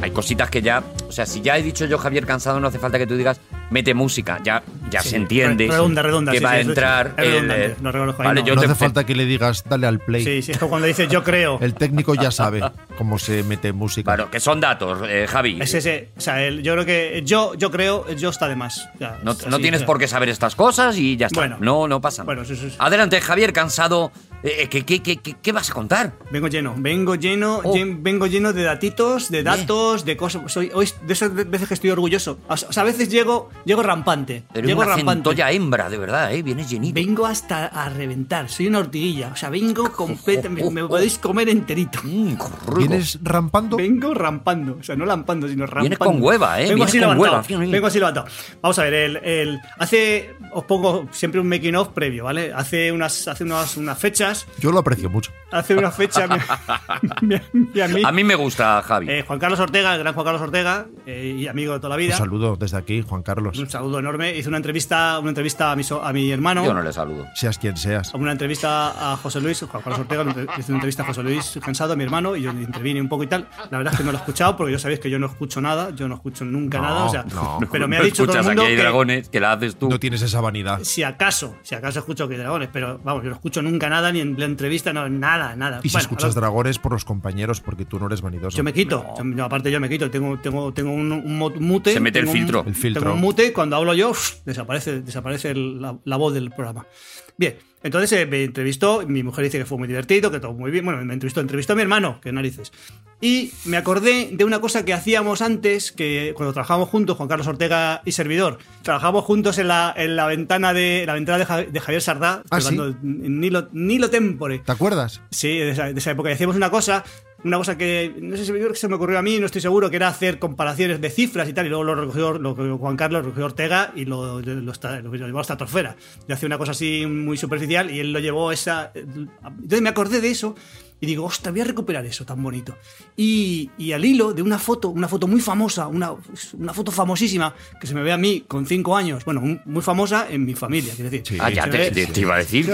[SPEAKER 5] Hay cositas que ya. O sea, si ya he dicho yo Javier Cansado, no hace falta que tú digas mete música. Ya, ya se entiende
[SPEAKER 6] re- redonda, redonda,
[SPEAKER 5] que
[SPEAKER 6] sí,
[SPEAKER 5] va
[SPEAKER 6] sí,
[SPEAKER 5] a
[SPEAKER 6] es-
[SPEAKER 5] entrar.
[SPEAKER 6] es
[SPEAKER 5] el,
[SPEAKER 6] redundante,
[SPEAKER 5] eh,
[SPEAKER 6] lo reconozco ahí,
[SPEAKER 5] Vale,
[SPEAKER 6] no.
[SPEAKER 5] yo
[SPEAKER 4] no
[SPEAKER 5] te-
[SPEAKER 4] hace falta que le digas, dale al play.
[SPEAKER 6] Sí, sí, es como cuando dices yo creo.
[SPEAKER 4] El técnico ya sabe cómo se mete música.
[SPEAKER 5] Claro, que son datos, eh, Javi.
[SPEAKER 6] Es ese, o sea, el- yo creo que yo, yo creo, el yo está de más. Ya,
[SPEAKER 5] No,
[SPEAKER 6] es
[SPEAKER 5] no
[SPEAKER 6] así,
[SPEAKER 5] tienes
[SPEAKER 6] ya.
[SPEAKER 5] por qué saber estas cosas y ya está.
[SPEAKER 6] Bueno.
[SPEAKER 5] no, no pasa nada.
[SPEAKER 6] Bueno, sí, sí, sí.
[SPEAKER 5] Adelante, Javier Cansado,
[SPEAKER 8] Eh, ¿qué, qué, qué, qué, qué vas a contar?
[SPEAKER 6] Vengo lleno, vengo lleno,
[SPEAKER 8] Oh.
[SPEAKER 6] llen- vengo lleno de datitos, de datos, de cosas. Soy, hoy es de esas veces que estoy orgulloso. O sea, a veces llego, llego rampante.
[SPEAKER 8] Eres
[SPEAKER 6] llego
[SPEAKER 8] una
[SPEAKER 6] rampante.
[SPEAKER 8] centolla hembra, de verdad, ¿eh? Vienes llenito.
[SPEAKER 6] Vengo hasta a reventar, soy una ortiguilla. O sea, vengo completa, me, me podéis comer enterito.
[SPEAKER 5] Mm,
[SPEAKER 4] ¿Vienes rampando?
[SPEAKER 6] Vengo rampando, o sea, no lampando, sino rampando.
[SPEAKER 8] Vienes con hueva, ¿eh?
[SPEAKER 6] Vengo
[SPEAKER 8] Vienes
[SPEAKER 6] así
[SPEAKER 8] con
[SPEAKER 6] levantado.
[SPEAKER 8] hueva, fíjate.
[SPEAKER 6] Vengo así levantado. Vamos a ver, el, el- hace. Os pongo siempre un making of previo, ¿vale? Hace unas, hace unas, unas fechas.
[SPEAKER 4] Yo lo aprecio mucho.
[SPEAKER 6] Hace una fecha. mi- mi- mi amigo-
[SPEAKER 5] A mí me gusta, Javi.
[SPEAKER 6] Eh, Juan Carlos Ortega, el gran Juan Carlos Ortega, eh, y amigo de toda la vida.
[SPEAKER 4] Un saludo desde aquí, Juan Carlos.
[SPEAKER 6] Un saludo enorme. Hizo una entrevista, una entrevista a mi, so- a mi hermano.
[SPEAKER 5] Yo no le saludo.
[SPEAKER 4] Seas quien seas.
[SPEAKER 6] Una entrevista a José Luis, Juan Carlos Ortega, le hizo una entrevista a José Luis Cansado, a mi hermano, y yo le intervine un poco y tal. La verdad es que no lo he escuchado, porque yo sabéis que yo no escucho nada, yo no escucho nunca
[SPEAKER 4] No,
[SPEAKER 6] nada. O sea,
[SPEAKER 4] no.
[SPEAKER 6] pero me ha
[SPEAKER 5] No
[SPEAKER 6] dicho todo el
[SPEAKER 5] escuchas
[SPEAKER 6] mundo
[SPEAKER 5] aquí hay
[SPEAKER 6] que,
[SPEAKER 5] dragones que la haces tú.
[SPEAKER 4] No tienes esa vanidad.
[SPEAKER 6] si acaso, si acaso escucho que hay dragones, pero vamos, yo no escucho nunca nada, ni en la entrevista, no, nada, nada.
[SPEAKER 4] Y si
[SPEAKER 6] Bueno,
[SPEAKER 4] escuchas
[SPEAKER 6] a lo-
[SPEAKER 4] dragones por los compañeros, porque tú no eres vanidoso.
[SPEAKER 6] yo me quito, yo- no, aparte yo me quito, tengo, tengo, tengo un, un mo- mute.
[SPEAKER 5] Se mete el
[SPEAKER 6] tengo un-
[SPEAKER 5] filtro.
[SPEAKER 4] El filtro.
[SPEAKER 6] Tengo un mute y cuando hablo yo ¡uf! desaparece, desaparece el- la, la voz del programa. Bien, entonces eh, me entrevistó, mi mujer dice que fue muy divertido, que todo muy bien. Bueno, me entrevistó, entrevistó a mi hermano, que narices. Y me acordé de una cosa que hacíamos antes, que cuando trabajábamos juntos, Juan Carlos Ortega y servidor, trabajábamos juntos en la, en la ventana de la ventana de, Ja- de Javier Sardá,
[SPEAKER 4] Ah,
[SPEAKER 6] tocando
[SPEAKER 4] ¿sí?
[SPEAKER 6] en Nilo, Nilo Tempore.
[SPEAKER 4] ¿Te acuerdas?
[SPEAKER 6] Sí, de esa, de esa época. Y hacíamos una cosa, una cosa que no sé si yo creo que se me ocurrió a mí, no estoy seguro, que era hacer comparaciones de cifras y tal. Y luego lo recogió lo recogió Juan Carlos, lo recogió Ortega y lo, lo, esta- lo llevó hasta Torfera. Yo hacía una cosa así muy superficial y él lo llevó esa. Entonces me acordé de eso. Y digo, ostras, voy a recuperar eso tan bonito. Y, y al hilo de una foto, una foto muy famosa, una, una foto famosísima, que se me ve a mí con cinco años, bueno, un- muy famosa en mi familia, quiero decir.
[SPEAKER 5] Ah,
[SPEAKER 6] Se
[SPEAKER 5] ya
[SPEAKER 6] me ve-
[SPEAKER 5] te, te- te iba a decir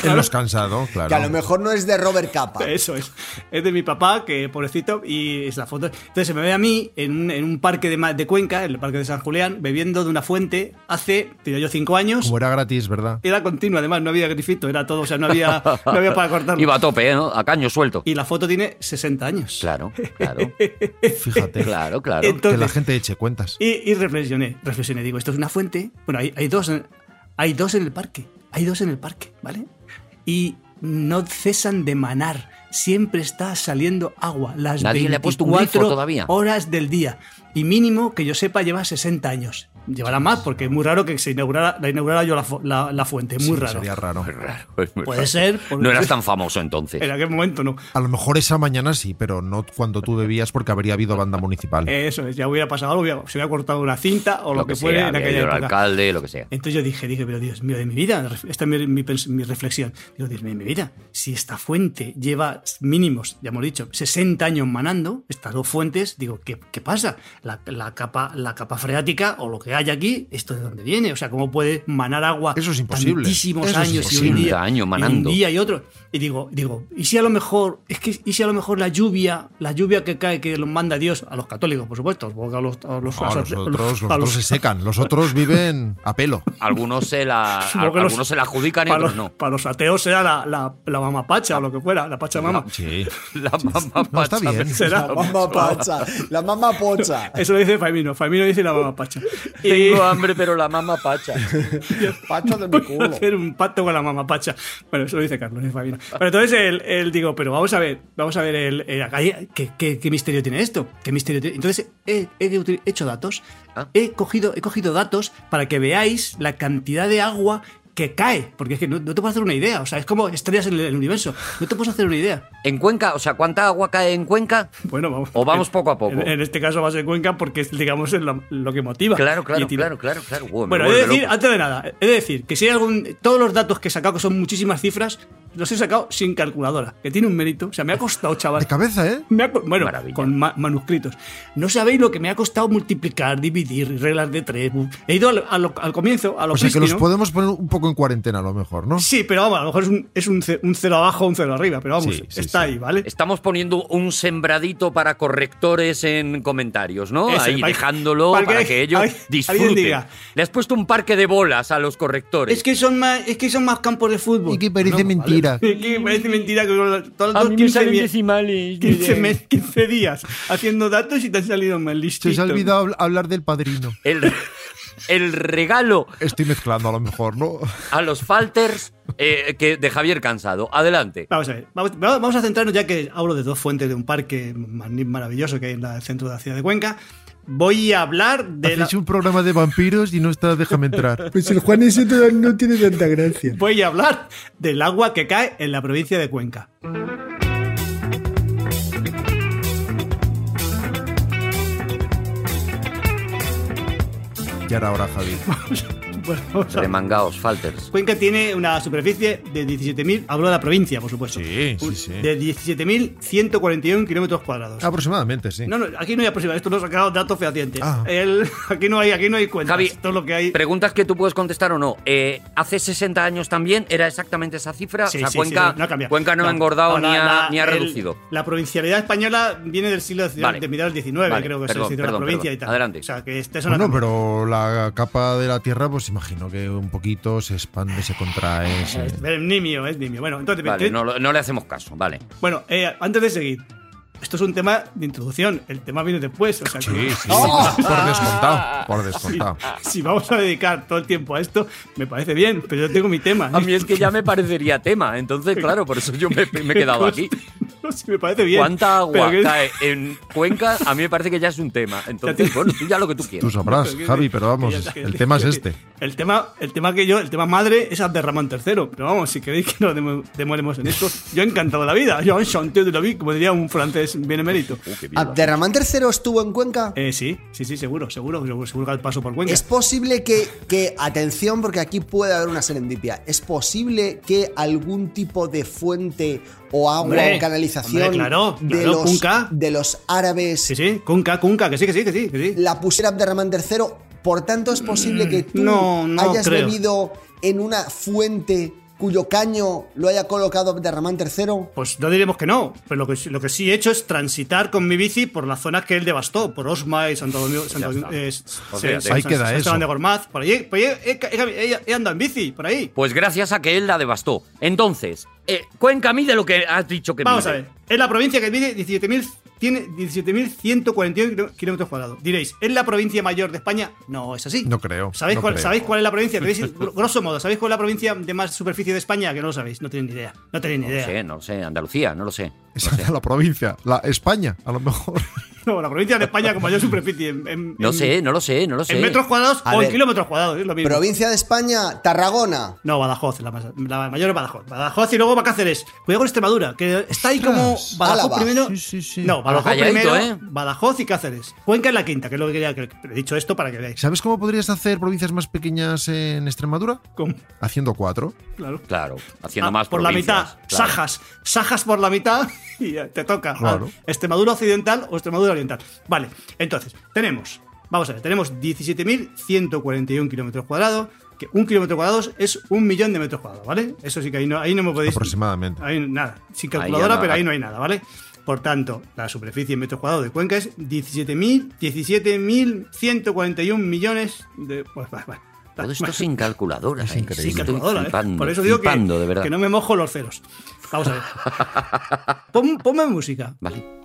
[SPEAKER 5] que.
[SPEAKER 4] En los cansado, claro.
[SPEAKER 3] Que a lo mejor no es de Robert Capa.
[SPEAKER 6] Eso es. Es de mi papá, que pobrecito, y es la foto. Entonces se me ve a mí en un, en un parque de, Ma- de Cuenca, en el parque de San Julián, bebiendo de una fuente hace, tenía yo cinco años.
[SPEAKER 4] Como era gratis, ¿verdad?
[SPEAKER 6] Era continua, además, no había grifito, era todo, o sea, no había, no había para cortarlo.
[SPEAKER 5] Iba a tope, ¿eh? ¿no? A caño suelto.
[SPEAKER 6] Y la foto tiene 60 años.
[SPEAKER 5] Claro, claro.
[SPEAKER 4] Fíjate.
[SPEAKER 5] Claro, claro.
[SPEAKER 6] Entonces-
[SPEAKER 4] que la gente eche cuentas.
[SPEAKER 6] Y, y reflexioné, reflexioné, digo, esto es una fuente. Bueno, hay, hay dos, en- hay dos en el parque, hay dos en el parque, ¿vale? Y no cesan de manar, siempre está saliendo agua, las
[SPEAKER 5] Nadie
[SPEAKER 6] 24
[SPEAKER 5] le ha puesto un grifo todavía.
[SPEAKER 6] horas del día. Y mínimo que yo sepa lleva 60 años. Llevará más, porque es muy raro que se inaugurara, la inaugurara yo la, fu- la- la fuente, muy
[SPEAKER 4] Sí,
[SPEAKER 6] raro.
[SPEAKER 4] Sería raro.
[SPEAKER 6] Puede ser, porque-
[SPEAKER 5] No eras tan famoso entonces.
[SPEAKER 6] En aquel momento no.
[SPEAKER 4] A lo mejor esa mañana sí, pero no cuando tú bebías porque habría habido banda municipal.
[SPEAKER 6] Eso es, ya hubiera pasado algo, hubiera- se hubiera cortado una cinta o lo, que, fuera
[SPEAKER 5] sea,
[SPEAKER 6] en
[SPEAKER 5] había
[SPEAKER 6] aquella
[SPEAKER 5] ido
[SPEAKER 6] época.
[SPEAKER 5] el alcalde, lo que sea.
[SPEAKER 6] Entonces yo dije, dije, pero Dios mío de mi vida, esta es mi, mi pens- mi reflexión. Digo, Dios mío de mi vida, si esta fuente lleva mínimos, ya hemos dicho, 60 años manando, estas dos fuentes, digo, ¿qué, qué pasa? La, la capa, la capa freática o lo que hay aquí, ¿esto de dónde viene? O sea, ¿cómo puede manar agua
[SPEAKER 4] Eso es imposible.
[SPEAKER 6] tantísimos
[SPEAKER 4] Eso es
[SPEAKER 6] años y un
[SPEAKER 5] imposible.
[SPEAKER 6] día,
[SPEAKER 5] 60 años
[SPEAKER 6] y un
[SPEAKER 5] manando.
[SPEAKER 6] día y otro? Y digo, digo, ¿y si a lo mejor, es que, ¿y si a lo mejor la lluvia, la lluvia que cae, que los manda Dios, a los católicos, por supuesto, porque a los, a los-
[SPEAKER 4] No,
[SPEAKER 6] a
[SPEAKER 4] los
[SPEAKER 6] los-
[SPEAKER 4] otros, los
[SPEAKER 6] a
[SPEAKER 4] otros
[SPEAKER 6] los-
[SPEAKER 4] se secan, los otros viven a pelo.
[SPEAKER 5] Algunos se la, a-
[SPEAKER 6] Supongo que los-
[SPEAKER 5] algunos se la adjudican y
[SPEAKER 6] para
[SPEAKER 5] otros
[SPEAKER 6] los,
[SPEAKER 5] no.
[SPEAKER 6] para los ateos será la, la, la mamapacha o lo que fuera, la pachamama.
[SPEAKER 4] Sí.
[SPEAKER 5] La mamá
[SPEAKER 4] No, está
[SPEAKER 5] pacha.
[SPEAKER 4] bien.
[SPEAKER 6] Será.
[SPEAKER 3] La mamá pocha. La mamá pocha.
[SPEAKER 6] Eso lo dice Faimino. Faimino dice la mamapacha. Y
[SPEAKER 5] Tengo hambre, pero la mamá pacha.
[SPEAKER 3] Pacho de mi
[SPEAKER 6] voy a
[SPEAKER 3] culo.
[SPEAKER 6] hacer un pacto con la mamapacha. Bueno, eso lo dice Carlos, no dice Faimino. Pero entonces él, él digo, pero vamos a ver, vamos a ver el, el- acá hay- ¿qué, qué, qué misterio tiene esto? ¿Qué misterio tiene? Entonces he, he util- he hecho datos,
[SPEAKER 5] Ah.
[SPEAKER 6] he cogido, he cogido datos para que veáis la cantidad de agua que cae, porque es que no, no te puedes hacer una idea, o sea, es como estrellas en el- el universo, no te puedes hacer una idea.
[SPEAKER 5] En Cuenca, o sea, ¿cuánta agua cae en Cuenca?
[SPEAKER 6] Bueno, vamos.
[SPEAKER 5] O vamos poco a poco.
[SPEAKER 6] En, en este caso va a ser Cuenca porque es, digamos, es la- lo que motiva.
[SPEAKER 5] Claro, claro,
[SPEAKER 6] Y tira.
[SPEAKER 5] claro, claro, claro. Wow, me
[SPEAKER 6] Bueno, he de
[SPEAKER 5] vuelve
[SPEAKER 6] decir,
[SPEAKER 5] loco.
[SPEAKER 6] antes de nada, he de decir que si hay algún. Todos los datos que he sacado, que son muchísimas cifras, los he sacado sin calculadora, que tiene un mérito. O sea, me ha costado, chaval.
[SPEAKER 4] De cabeza, ¿eh?
[SPEAKER 6] Me ha co- bueno,
[SPEAKER 5] Maravilla.
[SPEAKER 6] con ma- manuscritos. No sabéis lo que me ha costado multiplicar, dividir, reglas de tres. He ido al, al- al comienzo, a lo
[SPEAKER 4] O sea que los
[SPEAKER 6] prístino.
[SPEAKER 4] podemos poner un poco en cuarentena a lo mejor, ¿no?
[SPEAKER 6] Sí, pero vamos, a lo mejor es un, es un ce- un cero abajo, un cero arriba, pero vamos,
[SPEAKER 4] Sí, sí,
[SPEAKER 6] está
[SPEAKER 4] sí.
[SPEAKER 6] ahí, ¿vale?
[SPEAKER 5] Estamos poniendo un sembradito para correctores en comentarios, ¿no?
[SPEAKER 6] Eso,
[SPEAKER 5] Ahí
[SPEAKER 6] para-
[SPEAKER 5] dejándolo
[SPEAKER 6] para
[SPEAKER 5] para
[SPEAKER 6] que-
[SPEAKER 5] que, ellos
[SPEAKER 6] alguien
[SPEAKER 5] disfruten.
[SPEAKER 6] diga.
[SPEAKER 5] Le has puesto un parque de bolas a los correctores.
[SPEAKER 6] Es que son más, es que son más campos de fútbol.
[SPEAKER 4] Y que parece mentira.
[SPEAKER 6] Es que parece mentira que con la- todos los 15, días- 15 mes- 15 días haciendo datos y te han salido mal
[SPEAKER 4] Se
[SPEAKER 6] listo.
[SPEAKER 4] os ha olvidado habl- hablar del padrino.
[SPEAKER 5] El, el regalo
[SPEAKER 4] Estoy mezclando a lo mejor, ¿no?
[SPEAKER 5] a los falters eh, que de Javier Cansado. Adelante.
[SPEAKER 6] Vamos a ver, vamos, va- vamos a centrarnos ya que hablo de dos fuentes de un parque magní- maravilloso que hay en la- el centro de la ciudad de Cuenca. Voy a hablar de la,
[SPEAKER 4] Hacéis un programa de vampiros y no está déjame entrar.
[SPEAKER 12] Pues el Juan ese no- no tiene tanta gracia.
[SPEAKER 6] voy a hablar del agua que cae en la provincia de Cuenca.
[SPEAKER 4] Ya era hora, Javi.
[SPEAKER 6] Bueno, vamos a ver.
[SPEAKER 5] Remangaos, falters.
[SPEAKER 6] Cuenca tiene una superficie de 17.000, hablo de la provincia, por supuesto,
[SPEAKER 4] Sí, sí, sí.
[SPEAKER 6] de 17.141 kilómetros cuadrados.
[SPEAKER 4] Aproximadamente, sí.
[SPEAKER 6] Pues No, no, aquí no hay aproximación, esto lo he sacado datos fehacientes.
[SPEAKER 4] Ah.
[SPEAKER 6] El- aquí no hay, aquí no hay cuentas,
[SPEAKER 5] Javi,
[SPEAKER 6] esto es lo que hay.
[SPEAKER 5] Preguntas que tú puedes contestar o no. Eh, hace 60 años también era exactamente esa cifra.
[SPEAKER 6] Sí,
[SPEAKER 5] o sea,
[SPEAKER 6] sí,
[SPEAKER 5] Cuenca,
[SPEAKER 6] sí, no ha cambiado.
[SPEAKER 5] Cuenca no, ha
[SPEAKER 6] No,
[SPEAKER 5] engordado
[SPEAKER 6] no,
[SPEAKER 5] ni, ha,
[SPEAKER 6] la-
[SPEAKER 5] ni ha
[SPEAKER 6] el-
[SPEAKER 5] reducido.
[SPEAKER 6] La provincialidad española viene del siglo XIX,
[SPEAKER 5] Vale.
[SPEAKER 6] de mitad del XIX,
[SPEAKER 5] Vale,
[SPEAKER 6] creo que
[SPEAKER 5] perdón,
[SPEAKER 6] se hizo la
[SPEAKER 5] perdón,
[SPEAKER 6] provincia
[SPEAKER 5] perdón.
[SPEAKER 6] y tal.
[SPEAKER 5] Adelante.
[SPEAKER 6] O sea, que esta es una
[SPEAKER 4] Bueno,
[SPEAKER 6] cambia.
[SPEAKER 4] pero la capa de la Tierra, pues imagino que un poquito se expande, se contrae. se-
[SPEAKER 6] Es nimio, es nimio. Bueno, entonces,
[SPEAKER 5] Vale,
[SPEAKER 6] te-
[SPEAKER 5] no, lo- no le hacemos caso. Vale.
[SPEAKER 6] bueno eh, antes de seguir, esto es un tema de introducción, el tema viene después. O sea,
[SPEAKER 4] Sí,
[SPEAKER 6] que-
[SPEAKER 4] sí. Por descontado, por
[SPEAKER 6] si,
[SPEAKER 4] descontado.
[SPEAKER 6] si vamos a dedicar todo el tiempo a esto, me parece bien, pero yo tengo mi tema.
[SPEAKER 5] A mí es que ya me parecería tema. Entonces, claro, por eso yo me, me he quedado aquí.
[SPEAKER 6] No, si me parece bien.
[SPEAKER 5] ¿Cuánta agua
[SPEAKER 6] pero que-
[SPEAKER 5] cae en Cuenca? A mí me parece que ya es un tema. Entonces, bueno, tú ya lo que tú
[SPEAKER 4] Tú
[SPEAKER 5] quieras.
[SPEAKER 4] sabrás, Ah, Javi, pero vamos,
[SPEAKER 6] Que ya- que-
[SPEAKER 4] el tema es
[SPEAKER 6] que-
[SPEAKER 4] este.
[SPEAKER 6] El tema, el tema que yo, el tema madre es Abderramán III. Pero vamos, si queréis que nos demo- demoremos en esto, yo he encantado de la vida. Yo enchanté de la vida, como diría un francés benemérito.
[SPEAKER 3] ¿Abderramán III estuvo en Cuenca?
[SPEAKER 6] Eh, sí, sí, sí, seguro, seguro, seguro, seguro que al paso por Cuenca.
[SPEAKER 3] Es posible que, que- atención, porque aquí puede haber una serendipia. Es posible que algún tipo de fuente o agua
[SPEAKER 6] Hombre,
[SPEAKER 3] o canalización
[SPEAKER 6] hombre, claro,
[SPEAKER 3] de,
[SPEAKER 6] claro,
[SPEAKER 3] los,
[SPEAKER 6] Cuenca.
[SPEAKER 3] de los árabes
[SPEAKER 6] Sí, sí, Cuenca, Cuenca, que sí, que sí, que sí. Que sí.
[SPEAKER 3] la pusiera Abderramán III. Por tanto, es posible que tú
[SPEAKER 6] Mm, no, no
[SPEAKER 3] hayas
[SPEAKER 6] creo.
[SPEAKER 3] bebido en una fuente cuyo caño lo haya colocado Abderramán III.
[SPEAKER 6] Pues no diremos que no, pero lo que, lo que sí he hecho es transitar con mi bici por las zonas que él devastó, por Osma y Santo Domingo. Santo Domingo-
[SPEAKER 5] está.
[SPEAKER 6] eh,
[SPEAKER 5] O
[SPEAKER 6] sí,
[SPEAKER 5] sea,
[SPEAKER 6] San-
[SPEAKER 4] ahí
[SPEAKER 6] San-
[SPEAKER 4] queda
[SPEAKER 6] San Esteban
[SPEAKER 4] eso.
[SPEAKER 6] de Gormaz, por allí. Por allí he, he- he- he andado en bici, por ahí.
[SPEAKER 5] Pues gracias a que él la devastó. Entonces, eh, Cuenca mide lo que has dicho que
[SPEAKER 6] Vamos a
[SPEAKER 5] mide.
[SPEAKER 6] ver. Es la provincia que mide 17.000 tiene 17.141 kilómetros cuadrados. Diréis, ¿es la provincia mayor de España? No, es así.
[SPEAKER 4] No creo,
[SPEAKER 6] ¿Sabéis,
[SPEAKER 4] no
[SPEAKER 6] cuál,
[SPEAKER 4] creo.
[SPEAKER 6] ¿sabéis cuál es la provincia? ¿Tenéis- gr- grosso modo, ¿sabéis cuál es la provincia de más superficie de España? Que no lo sabéis, no tenéis ni idea. No tenéis ni
[SPEAKER 5] No lo
[SPEAKER 6] idea.
[SPEAKER 5] sé, no lo sé. Andalucía, no lo sé.
[SPEAKER 4] Esa es la provincia, la España, a lo mejor.
[SPEAKER 6] No, la provincia de España con mayor superficie. En, en-
[SPEAKER 5] No
[SPEAKER 6] en-
[SPEAKER 5] sé, no lo sé, no lo sé.
[SPEAKER 6] En metros cuadrados
[SPEAKER 3] A
[SPEAKER 6] o en
[SPEAKER 3] ver.
[SPEAKER 6] kilómetros cuadrados, es lo mismo.
[SPEAKER 3] Provincia de España, Tarragona.
[SPEAKER 6] No, Badajoz, la, más- la mayor es Badajoz. Badajoz y luego va Cáceres. Cuidado con Extremadura, que está ahí como
[SPEAKER 4] Ostras,
[SPEAKER 6] Badajoz
[SPEAKER 3] Álava.
[SPEAKER 6] primero.
[SPEAKER 4] Sí, sí, sí.
[SPEAKER 6] No, Badajoz
[SPEAKER 5] calladito,
[SPEAKER 6] primero,
[SPEAKER 5] ¿eh?
[SPEAKER 6] Badajoz y Cáceres. Cuenca es la quinta, que es lo que quería que he dicho esto para que veáis.
[SPEAKER 4] ¿Sabes cómo podrías hacer provincias más pequeñas en Extremadura?
[SPEAKER 6] Con-
[SPEAKER 4] Haciendo cuatro.
[SPEAKER 6] claro.
[SPEAKER 5] Claro, haciendo
[SPEAKER 6] Ah,
[SPEAKER 5] más
[SPEAKER 6] por la mitad,
[SPEAKER 5] provincias, claro.
[SPEAKER 6] Sajas. Sajas por la mitad y ya te toca.
[SPEAKER 4] Claro.
[SPEAKER 6] Ah, Extremadura Occidental o Extremadura Oriental. Vale, entonces, tenemos, vamos a ver, tenemos 17.141 kilómetros cuadrados, que un kilómetro cuadrado es un millón de metros cuadrados, ¿vale? Eso sí que ahí no, ahí no me podéis...
[SPEAKER 4] Aproximadamente.
[SPEAKER 6] Ahí nada, sin
[SPEAKER 5] Ahí
[SPEAKER 6] calculadora,
[SPEAKER 5] ya no-
[SPEAKER 6] pero ahí no hay nada, ¿vale? Por tanto, la superficie en metros cuadrados de Cuenca es 17.000, 17.141 millones de... Bueno, vale, vale.
[SPEAKER 5] Todo esto sin calculadora. Es
[SPEAKER 6] Sí, calculadora, ¿eh? Por eso digo que,
[SPEAKER 5] de verdad.
[SPEAKER 6] que no me mojo los ceros. Vamos a ver. Pon- ponme música.
[SPEAKER 5] Vale.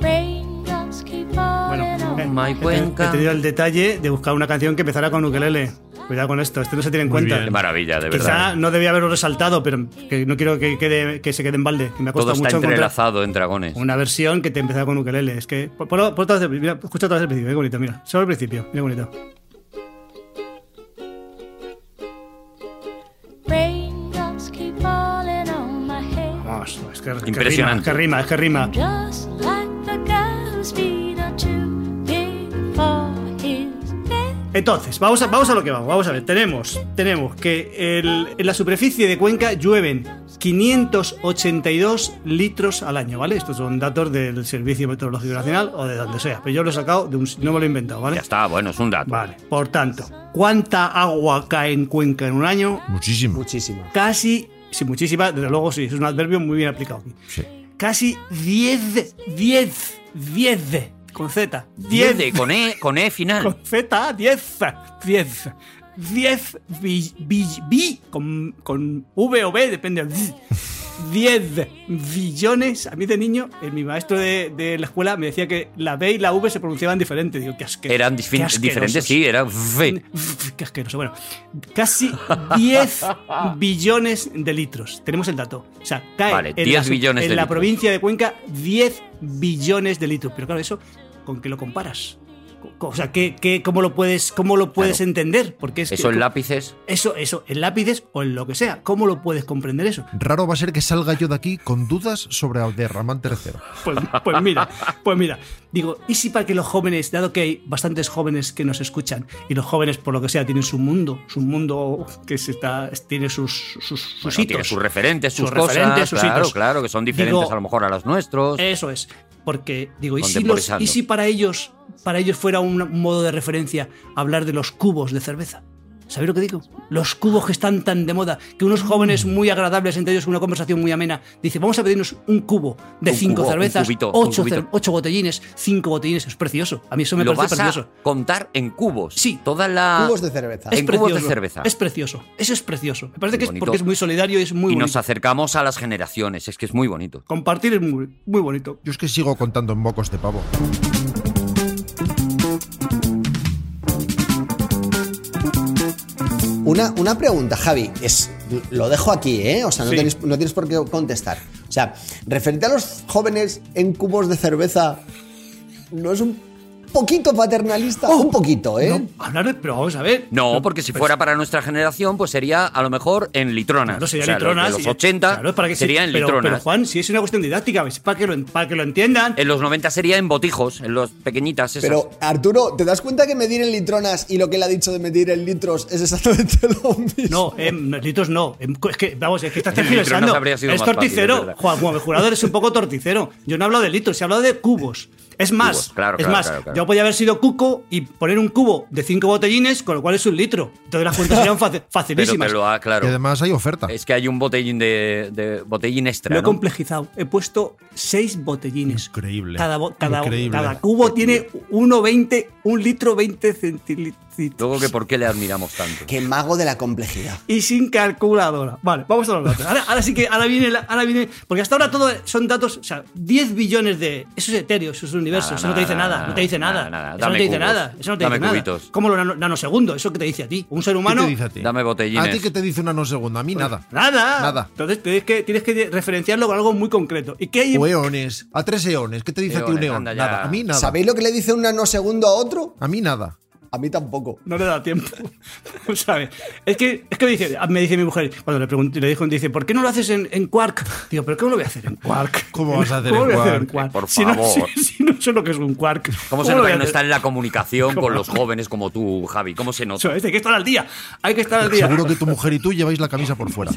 [SPEAKER 13] Raindrops keep falling
[SPEAKER 6] Bueno,
[SPEAKER 13] on
[SPEAKER 6] eh,
[SPEAKER 13] my
[SPEAKER 5] My
[SPEAKER 6] He
[SPEAKER 5] Cuenca.
[SPEAKER 6] tenido el detalle de buscar una canción que empezara con ukelele. Cuidado con esto, esto no se tiene en cuenta.
[SPEAKER 5] Qué maravilla, de
[SPEAKER 6] Quizá
[SPEAKER 5] verdad.
[SPEAKER 6] no debía haberlo resaltado, pero que no quiero que, quede, que se quede en balde. Que me ha
[SPEAKER 5] Todo
[SPEAKER 6] costado
[SPEAKER 5] está
[SPEAKER 6] mucho encontrar
[SPEAKER 5] entrelazado en dragones.
[SPEAKER 6] una versión que te empezaba con ukelele. Es que. Por, por, por otra vez, mira, escucha otra vez el principio, qué bonito, mira. Solo el principio, mira qué bonito.
[SPEAKER 13] Raindrops keep falling on my head.
[SPEAKER 6] Vamos, es que,
[SPEAKER 5] Impresionante.
[SPEAKER 6] Que rima, es que rima. Es que rima.
[SPEAKER 13] Just like the guy who's been a too big for his bed.
[SPEAKER 6] Entonces, vamos a, vamos a lo que vamos. Vamos a ver, tenemos, tenemos que el- en la superficie de Cuenca llueven 582 litros al año, ¿vale? Estos son datos del Servicio Meteorológico Nacional o de donde sea, pero yo lo he sacado de un. No me lo he inventado, ¿vale?
[SPEAKER 5] Ya está, bueno, es un dato.
[SPEAKER 6] Vale, por tanto, ¿cuánta agua cae en Cuenca en un año?
[SPEAKER 4] Muchísimo.
[SPEAKER 3] Muchísima.
[SPEAKER 6] Casi, sí, muchísima, desde luego sí, es un adverbio muy bien aplicado aquí.
[SPEAKER 4] Sí.
[SPEAKER 6] Casi 10, 10, 10, con Z, 10
[SPEAKER 5] 10 con E, con E final.
[SPEAKER 6] con Z, 10. 10. 10 bi- bi- bi- con, con V o B, depende. 10 billones. A mí de niño, eh, mi maestro de, de la escuela me decía que la B y la V se pronunciaban diferente. Digo, qué asque-
[SPEAKER 5] Eran
[SPEAKER 6] qué
[SPEAKER 5] difin-
[SPEAKER 6] asquerosos.
[SPEAKER 5] diferentes, sí, era V.
[SPEAKER 6] Qué asqueroso. Bueno, casi 10 billones de litros. Tenemos el dato. O sea, cae
[SPEAKER 5] Vale,
[SPEAKER 6] en
[SPEAKER 5] 10
[SPEAKER 6] la,
[SPEAKER 5] billones
[SPEAKER 6] en
[SPEAKER 5] de
[SPEAKER 6] la
[SPEAKER 5] litros.
[SPEAKER 6] provincia de Cuenca 10 billones de litros. Pero claro, eso, ¿con qué lo comparas? O sea, ¿qué, qué- cómo lo puedes, cómo lo puedes
[SPEAKER 5] Claro.
[SPEAKER 6] entender? Porque es que-
[SPEAKER 5] Esos lápices.
[SPEAKER 6] eso, eso, en lápices o en lo que sea. ¿Cómo lo puedes comprender eso?
[SPEAKER 4] Raro va a ser que salga yo de aquí con dudas sobre Abderramán III.
[SPEAKER 6] Pues, pues mira, pues mira. Digo, ¿y si para que los jóvenes, dado que hay bastantes jóvenes que nos escuchan, y los jóvenes, por lo que sea, tienen su mundo, su mundo que se está, tiene sus, sus, sus
[SPEAKER 5] Bueno,
[SPEAKER 6] hitos.
[SPEAKER 5] tiene sus referentes, sus,
[SPEAKER 6] Sus
[SPEAKER 5] cosas.
[SPEAKER 6] referentes, sus
[SPEAKER 5] claro,
[SPEAKER 6] hitos.
[SPEAKER 5] claro, que son diferentes
[SPEAKER 6] Digo, eh,
[SPEAKER 5] a lo mejor a los nuestros.
[SPEAKER 6] Eso es. Porque, digo, ¿y si, los-
[SPEAKER 5] Contemporizando.
[SPEAKER 6] y si para ellos para ellos fuera un modo de referencia hablar de los cubos de cerveza? ¿Sabéis lo que digo? Los cubos que están tan de moda, que unos jóvenes
[SPEAKER 5] Mm.
[SPEAKER 6] muy agradables, entre ellos una conversación muy amena, dice, vamos a pedirnos un cubo de
[SPEAKER 5] Un
[SPEAKER 6] cinco
[SPEAKER 5] cubo, un
[SPEAKER 6] cervezas,
[SPEAKER 5] cubito, un
[SPEAKER 6] ocho,
[SPEAKER 5] cubito.
[SPEAKER 6] cer- ocho botellines, cinco botellines, es precioso. A mí eso me
[SPEAKER 5] Lo vas
[SPEAKER 6] parece
[SPEAKER 5] a
[SPEAKER 6] precioso.
[SPEAKER 5] contar en cubos.
[SPEAKER 6] Sí.
[SPEAKER 5] Toda la.
[SPEAKER 3] Cubos de cerveza.
[SPEAKER 5] en
[SPEAKER 6] es precioso.
[SPEAKER 5] cubos de cerveza.
[SPEAKER 6] Es precioso. Eso es precioso. Me parece
[SPEAKER 5] Muy
[SPEAKER 6] que es
[SPEAKER 5] bonito.
[SPEAKER 6] porque es muy solidario y es muy
[SPEAKER 5] y nos
[SPEAKER 6] bonito.
[SPEAKER 5] acercamos a las generaciones. Es que es muy bonito.
[SPEAKER 6] Compartir es muy, muy bonito.
[SPEAKER 4] Yo es que sigo contando en mocos de pavo.
[SPEAKER 3] Una, una pregunta, Javi. Es, lo dejo aquí, ¿eh? O sea, no,
[SPEAKER 6] Sí.
[SPEAKER 3] tenéis- no tienes por qué contestar. O sea, referente a los jóvenes en cubos de cerveza, ¿no es un poquito paternalista? un poquito, ¿eh?
[SPEAKER 6] Oh. No, hablar de- pero vamos a ver.
[SPEAKER 5] No, porque si
[SPEAKER 6] pues-
[SPEAKER 5] fuera para nuestra generación, pues sería a lo mejor en litronas.
[SPEAKER 6] Claro, sería
[SPEAKER 5] O sea, los de
[SPEAKER 6] litronas.
[SPEAKER 5] Los,
[SPEAKER 6] y-
[SPEAKER 5] 80
[SPEAKER 6] claro, para que sí,
[SPEAKER 5] sería en
[SPEAKER 6] pero,
[SPEAKER 5] litronas.
[SPEAKER 6] Pero Juan, si es una cuestión didáctica, ¿ves? Para, que lo, para que lo entiendan.
[SPEAKER 5] en los 90 sería en botijos, en los pequeñitas esas.
[SPEAKER 3] Pero, Arturo, ¿te das cuenta que medir en litronas y lo que él ha dicho de medir en litros es exactamente lo mismo?
[SPEAKER 6] No, en litros no. em, es que, vamos, es que estás
[SPEAKER 5] En litros
[SPEAKER 6] tergiversando.
[SPEAKER 5] nos habría sido
[SPEAKER 6] Es
[SPEAKER 5] más fácil, es
[SPEAKER 6] torticero.
[SPEAKER 5] verdad.
[SPEAKER 6] Juan, Juan, el jurador es un poco torticero. Yo no he hablado de litros, he hablado de cubos. Es más,
[SPEAKER 5] Cubos, claro,
[SPEAKER 6] es
[SPEAKER 5] claro,
[SPEAKER 6] más
[SPEAKER 5] claro, claro.
[SPEAKER 6] yo podía haber sido cuco y poner un cubo de cinco botellines, con lo cual es un litro. Entonces las cuentas serían faci-
[SPEAKER 5] Pero
[SPEAKER 6] facilísimas.
[SPEAKER 5] te lo ha,
[SPEAKER 4] Y
[SPEAKER 5] claro.
[SPEAKER 4] además hay oferta.
[SPEAKER 5] Es que hay un botellín de, de botellín extra.
[SPEAKER 6] Ah. Lo he
[SPEAKER 5] ¿no?
[SPEAKER 6] complejizado. He puesto seis botellines.
[SPEAKER 4] Increíble.
[SPEAKER 6] Cada, bo- cada,
[SPEAKER 4] Increíble.
[SPEAKER 6] cada cubo tiene 1,20, un litro 20 centilitros.
[SPEAKER 5] Luego que por qué le admiramos tanto.
[SPEAKER 3] Qué mago de la complejidad.
[SPEAKER 6] Y sin calculadora. Vale, vamos a los datos. Ahora, ahora sí que, ahora viene, la- ahora viene. Porque hasta ahora todo son datos, o sea, 10 billones de. Eso es etéreo, eso es un universo,
[SPEAKER 5] Nada,
[SPEAKER 6] eso no te dice
[SPEAKER 5] nada,
[SPEAKER 6] nada, no te dice
[SPEAKER 5] nada,
[SPEAKER 6] nada.
[SPEAKER 5] nada.
[SPEAKER 6] Eso no
[SPEAKER 5] Dame
[SPEAKER 6] te dice
[SPEAKER 5] cubos.
[SPEAKER 6] nada, eso no te
[SPEAKER 5] Dame
[SPEAKER 6] dice nada.
[SPEAKER 5] cubitos.
[SPEAKER 6] Como los nano- nanosegundos, eso que te dice a ti, un ser
[SPEAKER 4] ¿Qué
[SPEAKER 6] humano.
[SPEAKER 4] te dice a ti?
[SPEAKER 5] Dame botellines.
[SPEAKER 4] ¿A ti qué te dice una no segunda? A mí nada.
[SPEAKER 6] Nada.
[SPEAKER 4] Nada.
[SPEAKER 6] Entonces tienes que, tienes que referenciarlo con algo muy concreto. ¿Y qué hay
[SPEAKER 4] O eones. A tres eones. ¿Qué te dice a ti un
[SPEAKER 5] Eones,
[SPEAKER 4] eón?
[SPEAKER 5] anda ya.
[SPEAKER 4] Nada. A mí nada.
[SPEAKER 3] ¿Sabéis lo que le dice un nanosegundo a otro?
[SPEAKER 4] A mí nada.
[SPEAKER 3] A mí tampoco.
[SPEAKER 6] No le da tiempo. ¿Sabes? Es que, es que me, dice, me dice mi mujer, cuando le pregunté, le dijo, dice, ¿por qué no lo haces en, en Quark? Digo, ¿pero cómo lo voy a hacer en Quark?
[SPEAKER 4] ¿Cómo vas a hacer
[SPEAKER 6] ¿Cómo
[SPEAKER 4] en
[SPEAKER 6] lo voy a
[SPEAKER 4] Quark?
[SPEAKER 5] Por
[SPEAKER 6] Si no-
[SPEAKER 5] favor.
[SPEAKER 6] Si, si no sé lo que es un Quark.
[SPEAKER 5] ¿Cómo se
[SPEAKER 6] lo
[SPEAKER 5] nota
[SPEAKER 6] voy a
[SPEAKER 5] que no
[SPEAKER 6] hacer?
[SPEAKER 5] está en la comunicación
[SPEAKER 6] ¿Cómo?
[SPEAKER 5] con los jóvenes como tú, Javi? ¿Cómo se nota?
[SPEAKER 6] Eso es, hay que estar al día. Hay que estar al día.
[SPEAKER 4] Seguro que tu mujer y tú lleváis la camisa por fuera.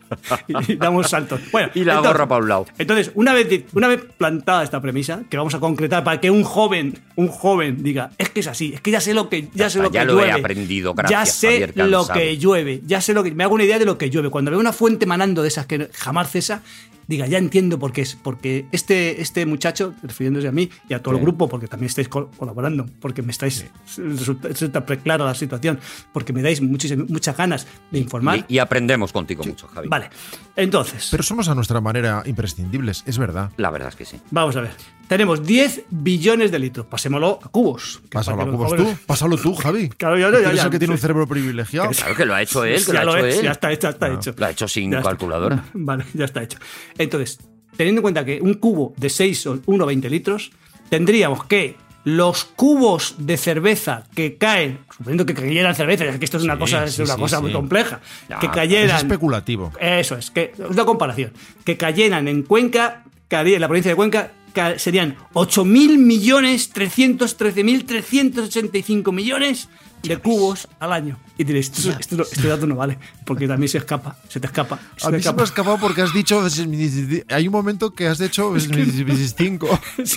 [SPEAKER 6] y damos saltos. Bueno,
[SPEAKER 5] Y la gorra pa' un lado.
[SPEAKER 6] Entonces, una vez, di- una vez plantada esta premisa, que vamos a concretar para que un joven, un joven diga, es que es así, es que ya sé lo que ya sé
[SPEAKER 5] está,
[SPEAKER 6] lo que
[SPEAKER 5] ya lo he
[SPEAKER 6] llueve.
[SPEAKER 5] aprendido,
[SPEAKER 6] ya
[SPEAKER 5] gracias,
[SPEAKER 6] sé
[SPEAKER 5] Javier Cansado".
[SPEAKER 6] lo que llueve, ya sé lo que me hago una idea de lo que llueve. Cuando veo una fuente manando de esas que jamás cesa, diga, ya entiendo por qué es, porque este este muchacho, refiriéndose a mí y a todo el grupo, porque también estáis col- colaborando, porque me estáis resulta, resulta preclara la situación, porque me dais muchísimas muchas ganas de informar.
[SPEAKER 5] Y, y aprendemos contigo mucho, Javi.
[SPEAKER 6] Vale, entonces.
[SPEAKER 4] Pero somos a nuestra manera imprescindibles, es verdad.
[SPEAKER 5] La verdad es que sí.
[SPEAKER 6] Vamos a ver. Tenemos 10 billones de litros. Pasémoslo a cubos. Que
[SPEAKER 4] Pásalo
[SPEAKER 6] para
[SPEAKER 4] a
[SPEAKER 6] que los
[SPEAKER 4] cubos tú.
[SPEAKER 6] jóvenes-
[SPEAKER 4] Pásalo tú, Javi.
[SPEAKER 6] Claro, ya,
[SPEAKER 4] ¿Tú
[SPEAKER 6] ya,
[SPEAKER 4] eres
[SPEAKER 6] ya,
[SPEAKER 4] el que tiene
[SPEAKER 6] sí.
[SPEAKER 4] un cerebro privilegiado.
[SPEAKER 5] Claro que lo ha hecho él, que
[SPEAKER 6] ya
[SPEAKER 5] lo ha hecho
[SPEAKER 6] es,
[SPEAKER 5] él. Ah,
[SPEAKER 6] ya está hecho, ya está hecho.
[SPEAKER 5] Lo ha hecho sin
[SPEAKER 6] Ya está.
[SPEAKER 5] calculadora.
[SPEAKER 6] Vale, ya está hecho. Entonces, teniendo en cuenta que un cubo de 6 o 1,20 litros, tendríamos que los cubos de cerveza que caen, suponiendo que cayeran cerveza, ya que esto es una
[SPEAKER 4] Sí,
[SPEAKER 6] cosa, es
[SPEAKER 4] sí,
[SPEAKER 6] una
[SPEAKER 4] sí,
[SPEAKER 6] cosa
[SPEAKER 4] sí.
[SPEAKER 6] muy compleja,
[SPEAKER 5] Ya,
[SPEAKER 6] que
[SPEAKER 5] es
[SPEAKER 4] Es
[SPEAKER 6] cayeran
[SPEAKER 4] especulativo.
[SPEAKER 6] eso es, que una comparación. Que cayeran en Cuenca, caería en la provincia de Cuenca, ca- serían 8.000 millones 313.385 millones de cubos al año. Y diréis, esto- esto no- este dato no vale, porque también se escapa, se te escapa. se
[SPEAKER 4] A
[SPEAKER 6] te
[SPEAKER 4] mí se me ha
[SPEAKER 6] escapa.
[SPEAKER 4] escapado porque has dicho. Hay un momento que has hecho. 25.
[SPEAKER 6] es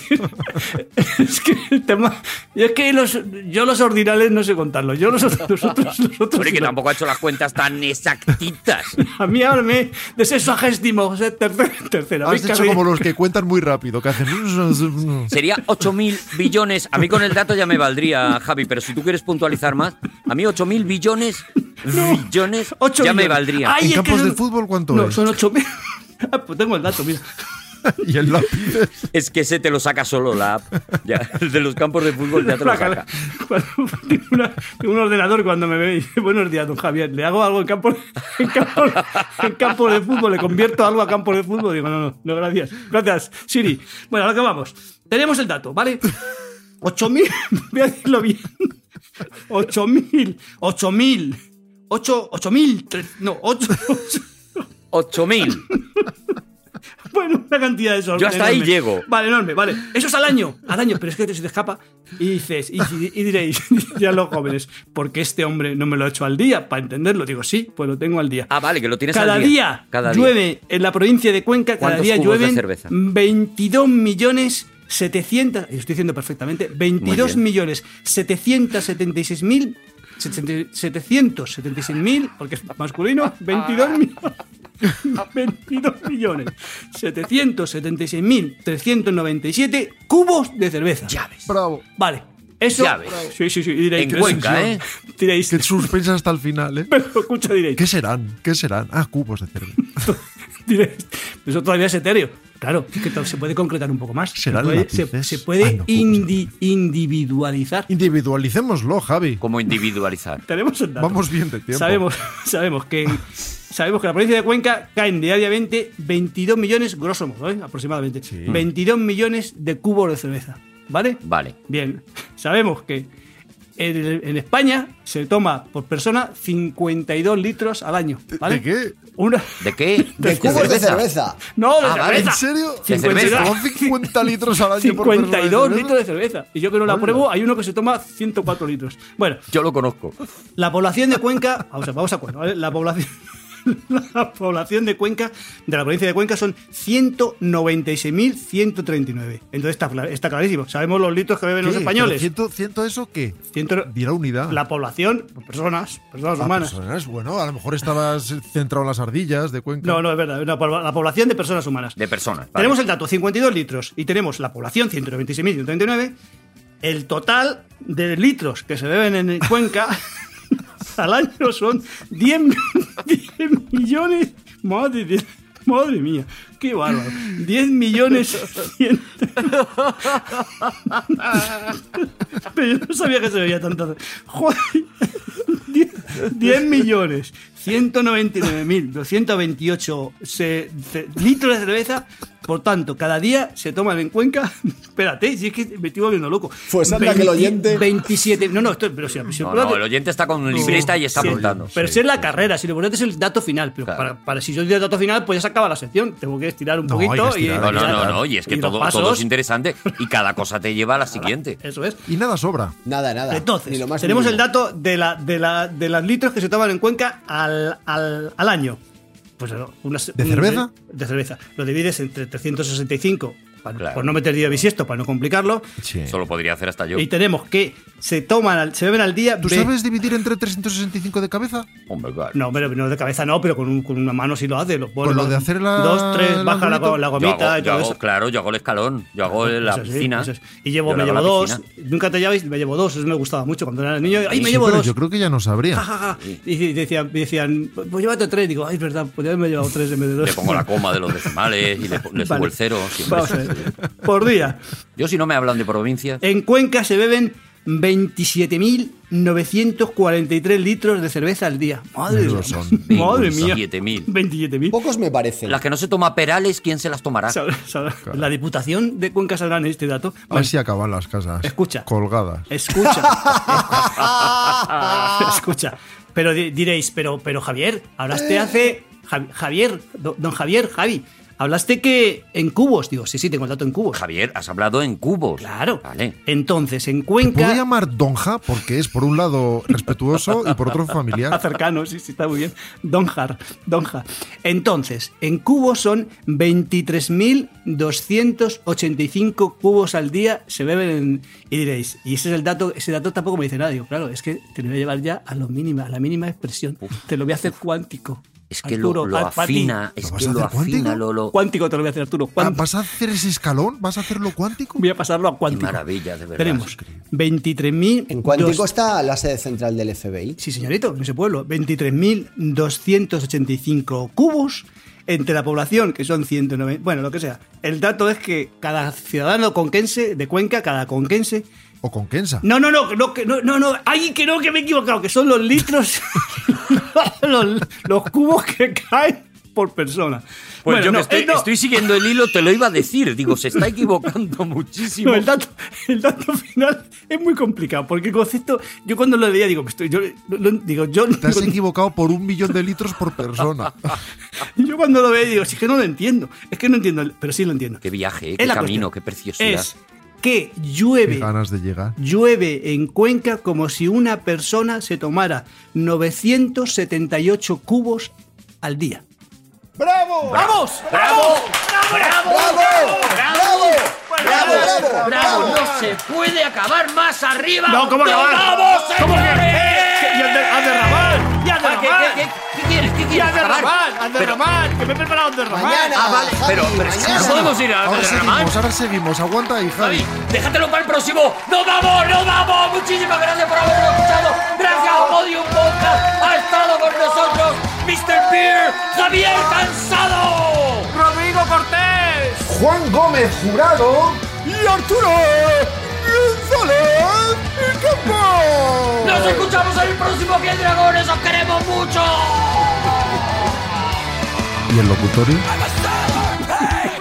[SPEAKER 6] que el tema. y es que los, yo los ordinales no sé contarlos. Yo los, los otros. Los otros
[SPEAKER 5] Hombre, que
[SPEAKER 6] no.
[SPEAKER 5] tampoco ha hecho las cuentas tan exactitas.
[SPEAKER 6] A mí háblame de sexagésimo, o sea, tercero. tercero. A mí
[SPEAKER 4] Has hecho
[SPEAKER 6] cabe-
[SPEAKER 4] como los que cuentan muy rápido, que hacen. "Mm,
[SPEAKER 5] Sería 8.000 billones. A mí con el dato ya me valdría, Javi, pero si tú quieres puntualizar más, a mí 8.000 billones, billones,
[SPEAKER 6] Ocho
[SPEAKER 5] ya me
[SPEAKER 6] millones.
[SPEAKER 5] valdría.
[SPEAKER 6] Ay,
[SPEAKER 4] ¿En
[SPEAKER 6] es que
[SPEAKER 4] campos
[SPEAKER 6] son-
[SPEAKER 4] de fútbol cuánto
[SPEAKER 6] no,
[SPEAKER 4] es?
[SPEAKER 6] son 8.000. Ah, pues tengo el dato, mira.
[SPEAKER 4] y el lápiz.
[SPEAKER 5] Es que ese te lo saca solo la app. Ya, el de los campos de fútbol ya te lo saca.
[SPEAKER 6] Cuando tengo, una- tengo un ordenador cuando me ve y dice, buenos días, don Javier, le hago algo en campo, en campo, en campo de fútbol, le convierto algo a campo de fútbol. Digo, no, no, no, gracias. Gracias, Siri. Bueno, ahora que vamos. Tenemos el dato, ¿vale? 8.000, voy a decirlo bien. 8.000, 8.000, 8, 8.000, tre- no, 8,
[SPEAKER 5] 8.000.
[SPEAKER 6] bueno, una cantidad de esos.
[SPEAKER 5] Yo hasta ahí llego.
[SPEAKER 6] Vale, enorme, vale. Eso es al año, al año, pero es que se te escapa. Y dices, y, y diréis, ya los jóvenes, ¿por qué este hombre no me lo ha hecho al día? Para entenderlo, digo, sí, pues lo tengo al día.
[SPEAKER 5] Ah, vale, que lo tienes
[SPEAKER 6] Cada
[SPEAKER 5] al
[SPEAKER 6] día,
[SPEAKER 5] día. Cada día.
[SPEAKER 6] llueve en la provincia de Cuenca, cada
[SPEAKER 5] ¿Cuántos
[SPEAKER 6] día
[SPEAKER 5] cubos de
[SPEAKER 6] llueven
[SPEAKER 5] cerveza?
[SPEAKER 6] 22 millones 700, y lo estoy diciendo perfectamente, 22
[SPEAKER 5] bien.
[SPEAKER 6] millones 776 mil 776 mil, porque es masculino, 22 millones. 22 millones 776 mil 397 cubos de cerveza. Llaves.
[SPEAKER 4] Bravo.
[SPEAKER 6] Vale. Eso.
[SPEAKER 5] Llaves.
[SPEAKER 6] Sí, sí, sí. y diréis,
[SPEAKER 5] En
[SPEAKER 6] pero eso
[SPEAKER 5] Cuenca,
[SPEAKER 6] no.
[SPEAKER 5] ¿eh?
[SPEAKER 6] Diréis,
[SPEAKER 4] Que suspensa hasta el final, ¿eh?
[SPEAKER 6] pero escucha, diréis.
[SPEAKER 4] ¿Qué serán? ¿Qué serán? Ah, cubos de cerveza.
[SPEAKER 6] Diréis, Eso todavía es etéreo. Claro, es que to- se puede concretar un poco más. Se
[SPEAKER 4] ¿Serán
[SPEAKER 6] puede, se-
[SPEAKER 4] lápices?
[SPEAKER 6] se puede
[SPEAKER 4] Ah, no, cubos de
[SPEAKER 6] indi- individualizar.
[SPEAKER 4] Individualicémoslo, Javi.
[SPEAKER 5] Como individualizar.
[SPEAKER 6] Tenemos el dato.
[SPEAKER 4] Vamos bien de tiempo.
[SPEAKER 6] Sabemos, sabemos, que, sabemos que la provincia de Cuenca caen diariamente 22 millones, grosso modo, ¿eh? aproximadamente, 22 millones de cubos de cerveza. ¿Vale?
[SPEAKER 5] Vale.
[SPEAKER 6] Bien, sabemos que en, en España se toma por persona 52 litros al año. ¿vale?
[SPEAKER 4] ¿De qué?
[SPEAKER 6] Una,
[SPEAKER 5] ¿De qué?
[SPEAKER 3] De cubos de cerveza.
[SPEAKER 6] no, de
[SPEAKER 5] Ah, vale.
[SPEAKER 6] cerveza.
[SPEAKER 4] ¿En serio?
[SPEAKER 5] ¿De cerveza?
[SPEAKER 6] 52,
[SPEAKER 4] ¿Con 50 litros al año por
[SPEAKER 6] 52
[SPEAKER 4] persona de
[SPEAKER 6] litros
[SPEAKER 4] cerveza?
[SPEAKER 6] de cerveza. Y yo que no la
[SPEAKER 4] Hola.
[SPEAKER 6] pruebo, hay uno que se toma 104 litros. Bueno,
[SPEAKER 5] Yo lo conozco.
[SPEAKER 6] la población de Cuenca, vamos a, vamos a Cuenca, ¿vale? La población, la población de Cuenca, de la provincia de Cuenca, son 196.139. Entonces está, cla- está clarísimo. Sabemos los litros que beben los
[SPEAKER 4] ¿Qué? ¿Pero
[SPEAKER 6] españoles.
[SPEAKER 4] ¿Ciento, ciento eso qué?
[SPEAKER 6] Ciento-
[SPEAKER 4] Dirá unidad.
[SPEAKER 6] la población, personas, personas
[SPEAKER 4] Ah,
[SPEAKER 6] humanas.
[SPEAKER 4] personas, bueno, a lo mejor estabas centrado en las ardillas de Cuenca.
[SPEAKER 6] No, no, es verdad. es una pobla- La población de personas humanas.
[SPEAKER 5] De personas. vale.
[SPEAKER 6] Tenemos el dato, 52 litros, y tenemos la población, 196.139, el total de litros que se beben en Cuenca al año son 10, mi- 10 millones, madre, de- madre mía, qué bárbaro, 10 millones 100. Pero yo no sabía que se bebía tanto. Joder, 10, 10 millones 199.228 se- ce- litros de cerveza. Por tanto, cada día se toman en Cuenca. Espérate, si es que me estoy volviendo loco.
[SPEAKER 3] Pues anda que el oyente-
[SPEAKER 6] 27. No, no, esto, pero si, si-
[SPEAKER 5] No, no, el oyente está con libreta y está
[SPEAKER 6] Sí,
[SPEAKER 5] apuntando.
[SPEAKER 6] Pero si es la carrera, si lo importante es el dato final. Pero
[SPEAKER 5] Claro.
[SPEAKER 6] para, para si yo doy el dato final, pues ya se acaba la sección. Tengo que estirar un
[SPEAKER 4] No, hay
[SPEAKER 6] poquito
[SPEAKER 4] que
[SPEAKER 6] y.
[SPEAKER 4] estirar.
[SPEAKER 5] No, no,
[SPEAKER 6] y-
[SPEAKER 5] no, no, y es que
[SPEAKER 6] y los
[SPEAKER 5] todo,
[SPEAKER 6] pasos,
[SPEAKER 5] todo es interesante y cada cosa te lleva a la siguiente.
[SPEAKER 6] Eso es.
[SPEAKER 4] Y nada sobra.
[SPEAKER 3] Nada, nada.
[SPEAKER 6] Entonces,
[SPEAKER 3] Ni lo más
[SPEAKER 6] tenemos
[SPEAKER 3] mínimo.
[SPEAKER 6] el dato de, la, de, la, de los litros que se toman en Cuenca al, al, al año. Pues no, unas-
[SPEAKER 4] ¿De
[SPEAKER 6] un-
[SPEAKER 4] cerveza?
[SPEAKER 6] De cerveza. Lo divides entre 365, para-
[SPEAKER 5] Claro.
[SPEAKER 6] por no meter día bisiesto, para no complicarlo.
[SPEAKER 4] Sí.
[SPEAKER 5] Eso lo podría hacer hasta yo.
[SPEAKER 6] Y tenemos que se toman, al- se beben al día.
[SPEAKER 4] ¿Tú
[SPEAKER 6] ve-
[SPEAKER 4] sabes dividir entre 365 de cabeza?
[SPEAKER 5] Hombre, claro.
[SPEAKER 6] No, pero no de cabeza no, pero con, un- con una mano sí lo hace. Lo,
[SPEAKER 4] Con Pues lo de hacer la-
[SPEAKER 6] Dos, tres,
[SPEAKER 4] el
[SPEAKER 6] baja la, go- la
[SPEAKER 5] Yo
[SPEAKER 6] gomita
[SPEAKER 5] hago, yo
[SPEAKER 6] y todo
[SPEAKER 5] hago,
[SPEAKER 6] eso.
[SPEAKER 5] claro, yo hago el escalón, yo hago la
[SPEAKER 6] Eso sí,
[SPEAKER 5] piscina.
[SPEAKER 6] eso es. Y llevo,
[SPEAKER 5] Yo
[SPEAKER 6] me
[SPEAKER 5] la
[SPEAKER 6] llevo
[SPEAKER 5] hago la
[SPEAKER 6] dos.
[SPEAKER 5] piscina.
[SPEAKER 6] Nunca te llevas, me llevo dos. Eso me gustaba mucho cuando era niño. ¡Ay, me
[SPEAKER 4] Sí,
[SPEAKER 6] llevo
[SPEAKER 4] pero
[SPEAKER 6] dos!
[SPEAKER 4] yo creo que ya no sabría.
[SPEAKER 6] Ja, ja, ja. Y de- decían, decían, pues llévate tres. Digo, ay, es verdad, pues podría haberme llevado tres en vez de dos.
[SPEAKER 5] Le pongo la coma de los decimales y le, po- le subo
[SPEAKER 6] Vale.
[SPEAKER 5] el cero. siempre.
[SPEAKER 6] Vamos a ver. Por día,
[SPEAKER 5] Yo si no me hablan de provincias,
[SPEAKER 6] en Cuenca se beben 27.943 litros de cerveza al día. Madre
[SPEAKER 4] Menudo
[SPEAKER 6] mía.
[SPEAKER 4] son.
[SPEAKER 6] Madre mía.
[SPEAKER 5] 27.000.
[SPEAKER 6] 27.000.
[SPEAKER 3] Pocos me parecen.
[SPEAKER 5] las que no se toma Perales, ¿quién se las
[SPEAKER 4] Ah.
[SPEAKER 5] tomará?
[SPEAKER 6] Sabrá- sabrá- La Diputación de Cuenca sabrá en este dato.
[SPEAKER 4] A ver si acaban las casas.
[SPEAKER 6] Escucha.
[SPEAKER 4] Colgadas.
[SPEAKER 6] Escucha. Escucha. Pero di- diréis, pero, pero Javier, hablaste hace. Javi- Javier, do- don Javier, Javi, hablaste que en cubos. Digo, sí, sí, tengo el dato en cubos.
[SPEAKER 5] Javier, has hablado en cubos.
[SPEAKER 6] Claro.
[SPEAKER 5] Vale.
[SPEAKER 6] Entonces, en
[SPEAKER 4] Puedo
[SPEAKER 6] Cuenca.
[SPEAKER 4] llamar Donja porque es por un lado respetuoso y por otro
[SPEAKER 6] Está
[SPEAKER 4] familiar.
[SPEAKER 6] cercano, sí, sí, está muy bien. Donjar, Donja. Entonces, en cubos son 23.285 cubos al día se beben en- y diréis, y ese es el dato, ese dato tampoco me dice nada. Digo, claro, es que te lo voy a llevar ya a lo mínima, a la mínima expresión. te lo voy a hacer cuántico.
[SPEAKER 5] Es que lo-
[SPEAKER 6] Arturo,
[SPEAKER 5] lo,
[SPEAKER 6] a- para ti.
[SPEAKER 5] afina, es
[SPEAKER 4] ¿Lo vas
[SPEAKER 5] que
[SPEAKER 4] a
[SPEAKER 5] lo
[SPEAKER 4] hacer cuántico?
[SPEAKER 5] afina, lo, lo-
[SPEAKER 6] Cuántico te lo voy a hacer, Arturo.
[SPEAKER 4] Ah,
[SPEAKER 6] cuántico.
[SPEAKER 4] ¿Vas a hacer ese escalón? ¿Vas a hacerlo cuántico?
[SPEAKER 6] Voy a pasarlo a
[SPEAKER 5] Qué
[SPEAKER 6] cuántico.
[SPEAKER 5] maravilla, de verdad.
[SPEAKER 6] Tenemos 23.000.
[SPEAKER 3] En cuántico está la sede central del FBI.
[SPEAKER 6] Sí, señorito, en ese pueblo. 23.285 cubos entre la población, que son 190, bueno, lo que sea. El dato es que cada ciudadano conquense de Cuenca, cada conquense...
[SPEAKER 4] ¿O conquensa?
[SPEAKER 6] No, no, no, no, que no, no, no, ay, que no, que me he equivocado, que son los litros, los, los cubos que caen por persona.
[SPEAKER 5] Pues
[SPEAKER 6] Bueno,
[SPEAKER 5] yo
[SPEAKER 6] no,
[SPEAKER 5] que estoy,
[SPEAKER 6] eh, no.
[SPEAKER 5] estoy siguiendo el hilo, te lo iba a decir. Digo, se está equivocando muchísimo.
[SPEAKER 6] No, el dato, el dato final es muy complicado, porque el concepto, yo cuando lo leía digo, me estoy- yo, lo- digo, yo,
[SPEAKER 4] Te has
[SPEAKER 6] digo,
[SPEAKER 4] equivocado por un millón de litros por persona.
[SPEAKER 6] yo cuando lo veía digo, si es que no lo entiendo, es que no entiendo, el- pero sí lo entiendo.
[SPEAKER 5] Qué viaje, eh,
[SPEAKER 6] Es
[SPEAKER 5] qué
[SPEAKER 6] la
[SPEAKER 5] camino,
[SPEAKER 6] cuestión.
[SPEAKER 5] qué preciosidad.
[SPEAKER 6] Es que
[SPEAKER 4] Qué
[SPEAKER 6] llueve,
[SPEAKER 4] ganas de llegar.
[SPEAKER 6] llueve en Cuenca como si una persona se tomara 978 cubos al día.
[SPEAKER 10] ¡Bravo!
[SPEAKER 6] ¡Vamos!
[SPEAKER 2] ¡Bravo!
[SPEAKER 10] ¡Bravo! ¡Bravo!
[SPEAKER 2] ¡Bravo!
[SPEAKER 10] ¡Bravo!
[SPEAKER 2] ¡Bravo!
[SPEAKER 8] No se puede acabar más arriba.
[SPEAKER 6] No, ¿cómo
[SPEAKER 8] de
[SPEAKER 6] acabar?
[SPEAKER 8] Bravo,
[SPEAKER 6] ¿Cómo que?
[SPEAKER 8] señores.
[SPEAKER 6] que- ya de- ¡Haz de Ramal! ¡Ya de
[SPEAKER 8] Ah, ¿qué-
[SPEAKER 6] Ramal!
[SPEAKER 8] qué- qué- qué quieres? ¿Qué quieres?
[SPEAKER 6] ¡Ya de
[SPEAKER 8] Acabar.
[SPEAKER 6] Ramal! ¡Haz de
[SPEAKER 8] Pero-
[SPEAKER 6] Ramal! ¡Que me he preparado de Ramal!
[SPEAKER 10] Mañana,
[SPEAKER 8] Ah, vale,
[SPEAKER 10] Javi,
[SPEAKER 8] pero, pero es que no
[SPEAKER 10] mañana.
[SPEAKER 8] podemos ir a
[SPEAKER 4] Ahora
[SPEAKER 8] Ramán.
[SPEAKER 4] seguimos, ahora seguimos. Aguanta ahí, Javi.
[SPEAKER 8] Javi, déjatelo para el próximo. ¡No vamos, no vamos! Muchísimas gracias por habernos escuchado. Gracias a Podium Podcast. Ha estado con nosotros Mr. Peer Javier Cansado.
[SPEAKER 9] Rodrigo Cortés.
[SPEAKER 10] Juan Gómez Jurado y Arturo González Campo.
[SPEAKER 8] Nos escuchamos en el próximo Bien Dragones. ¡Os queremos mucho!
[SPEAKER 4] ¿Y el locutorio?
[SPEAKER 8] Hey,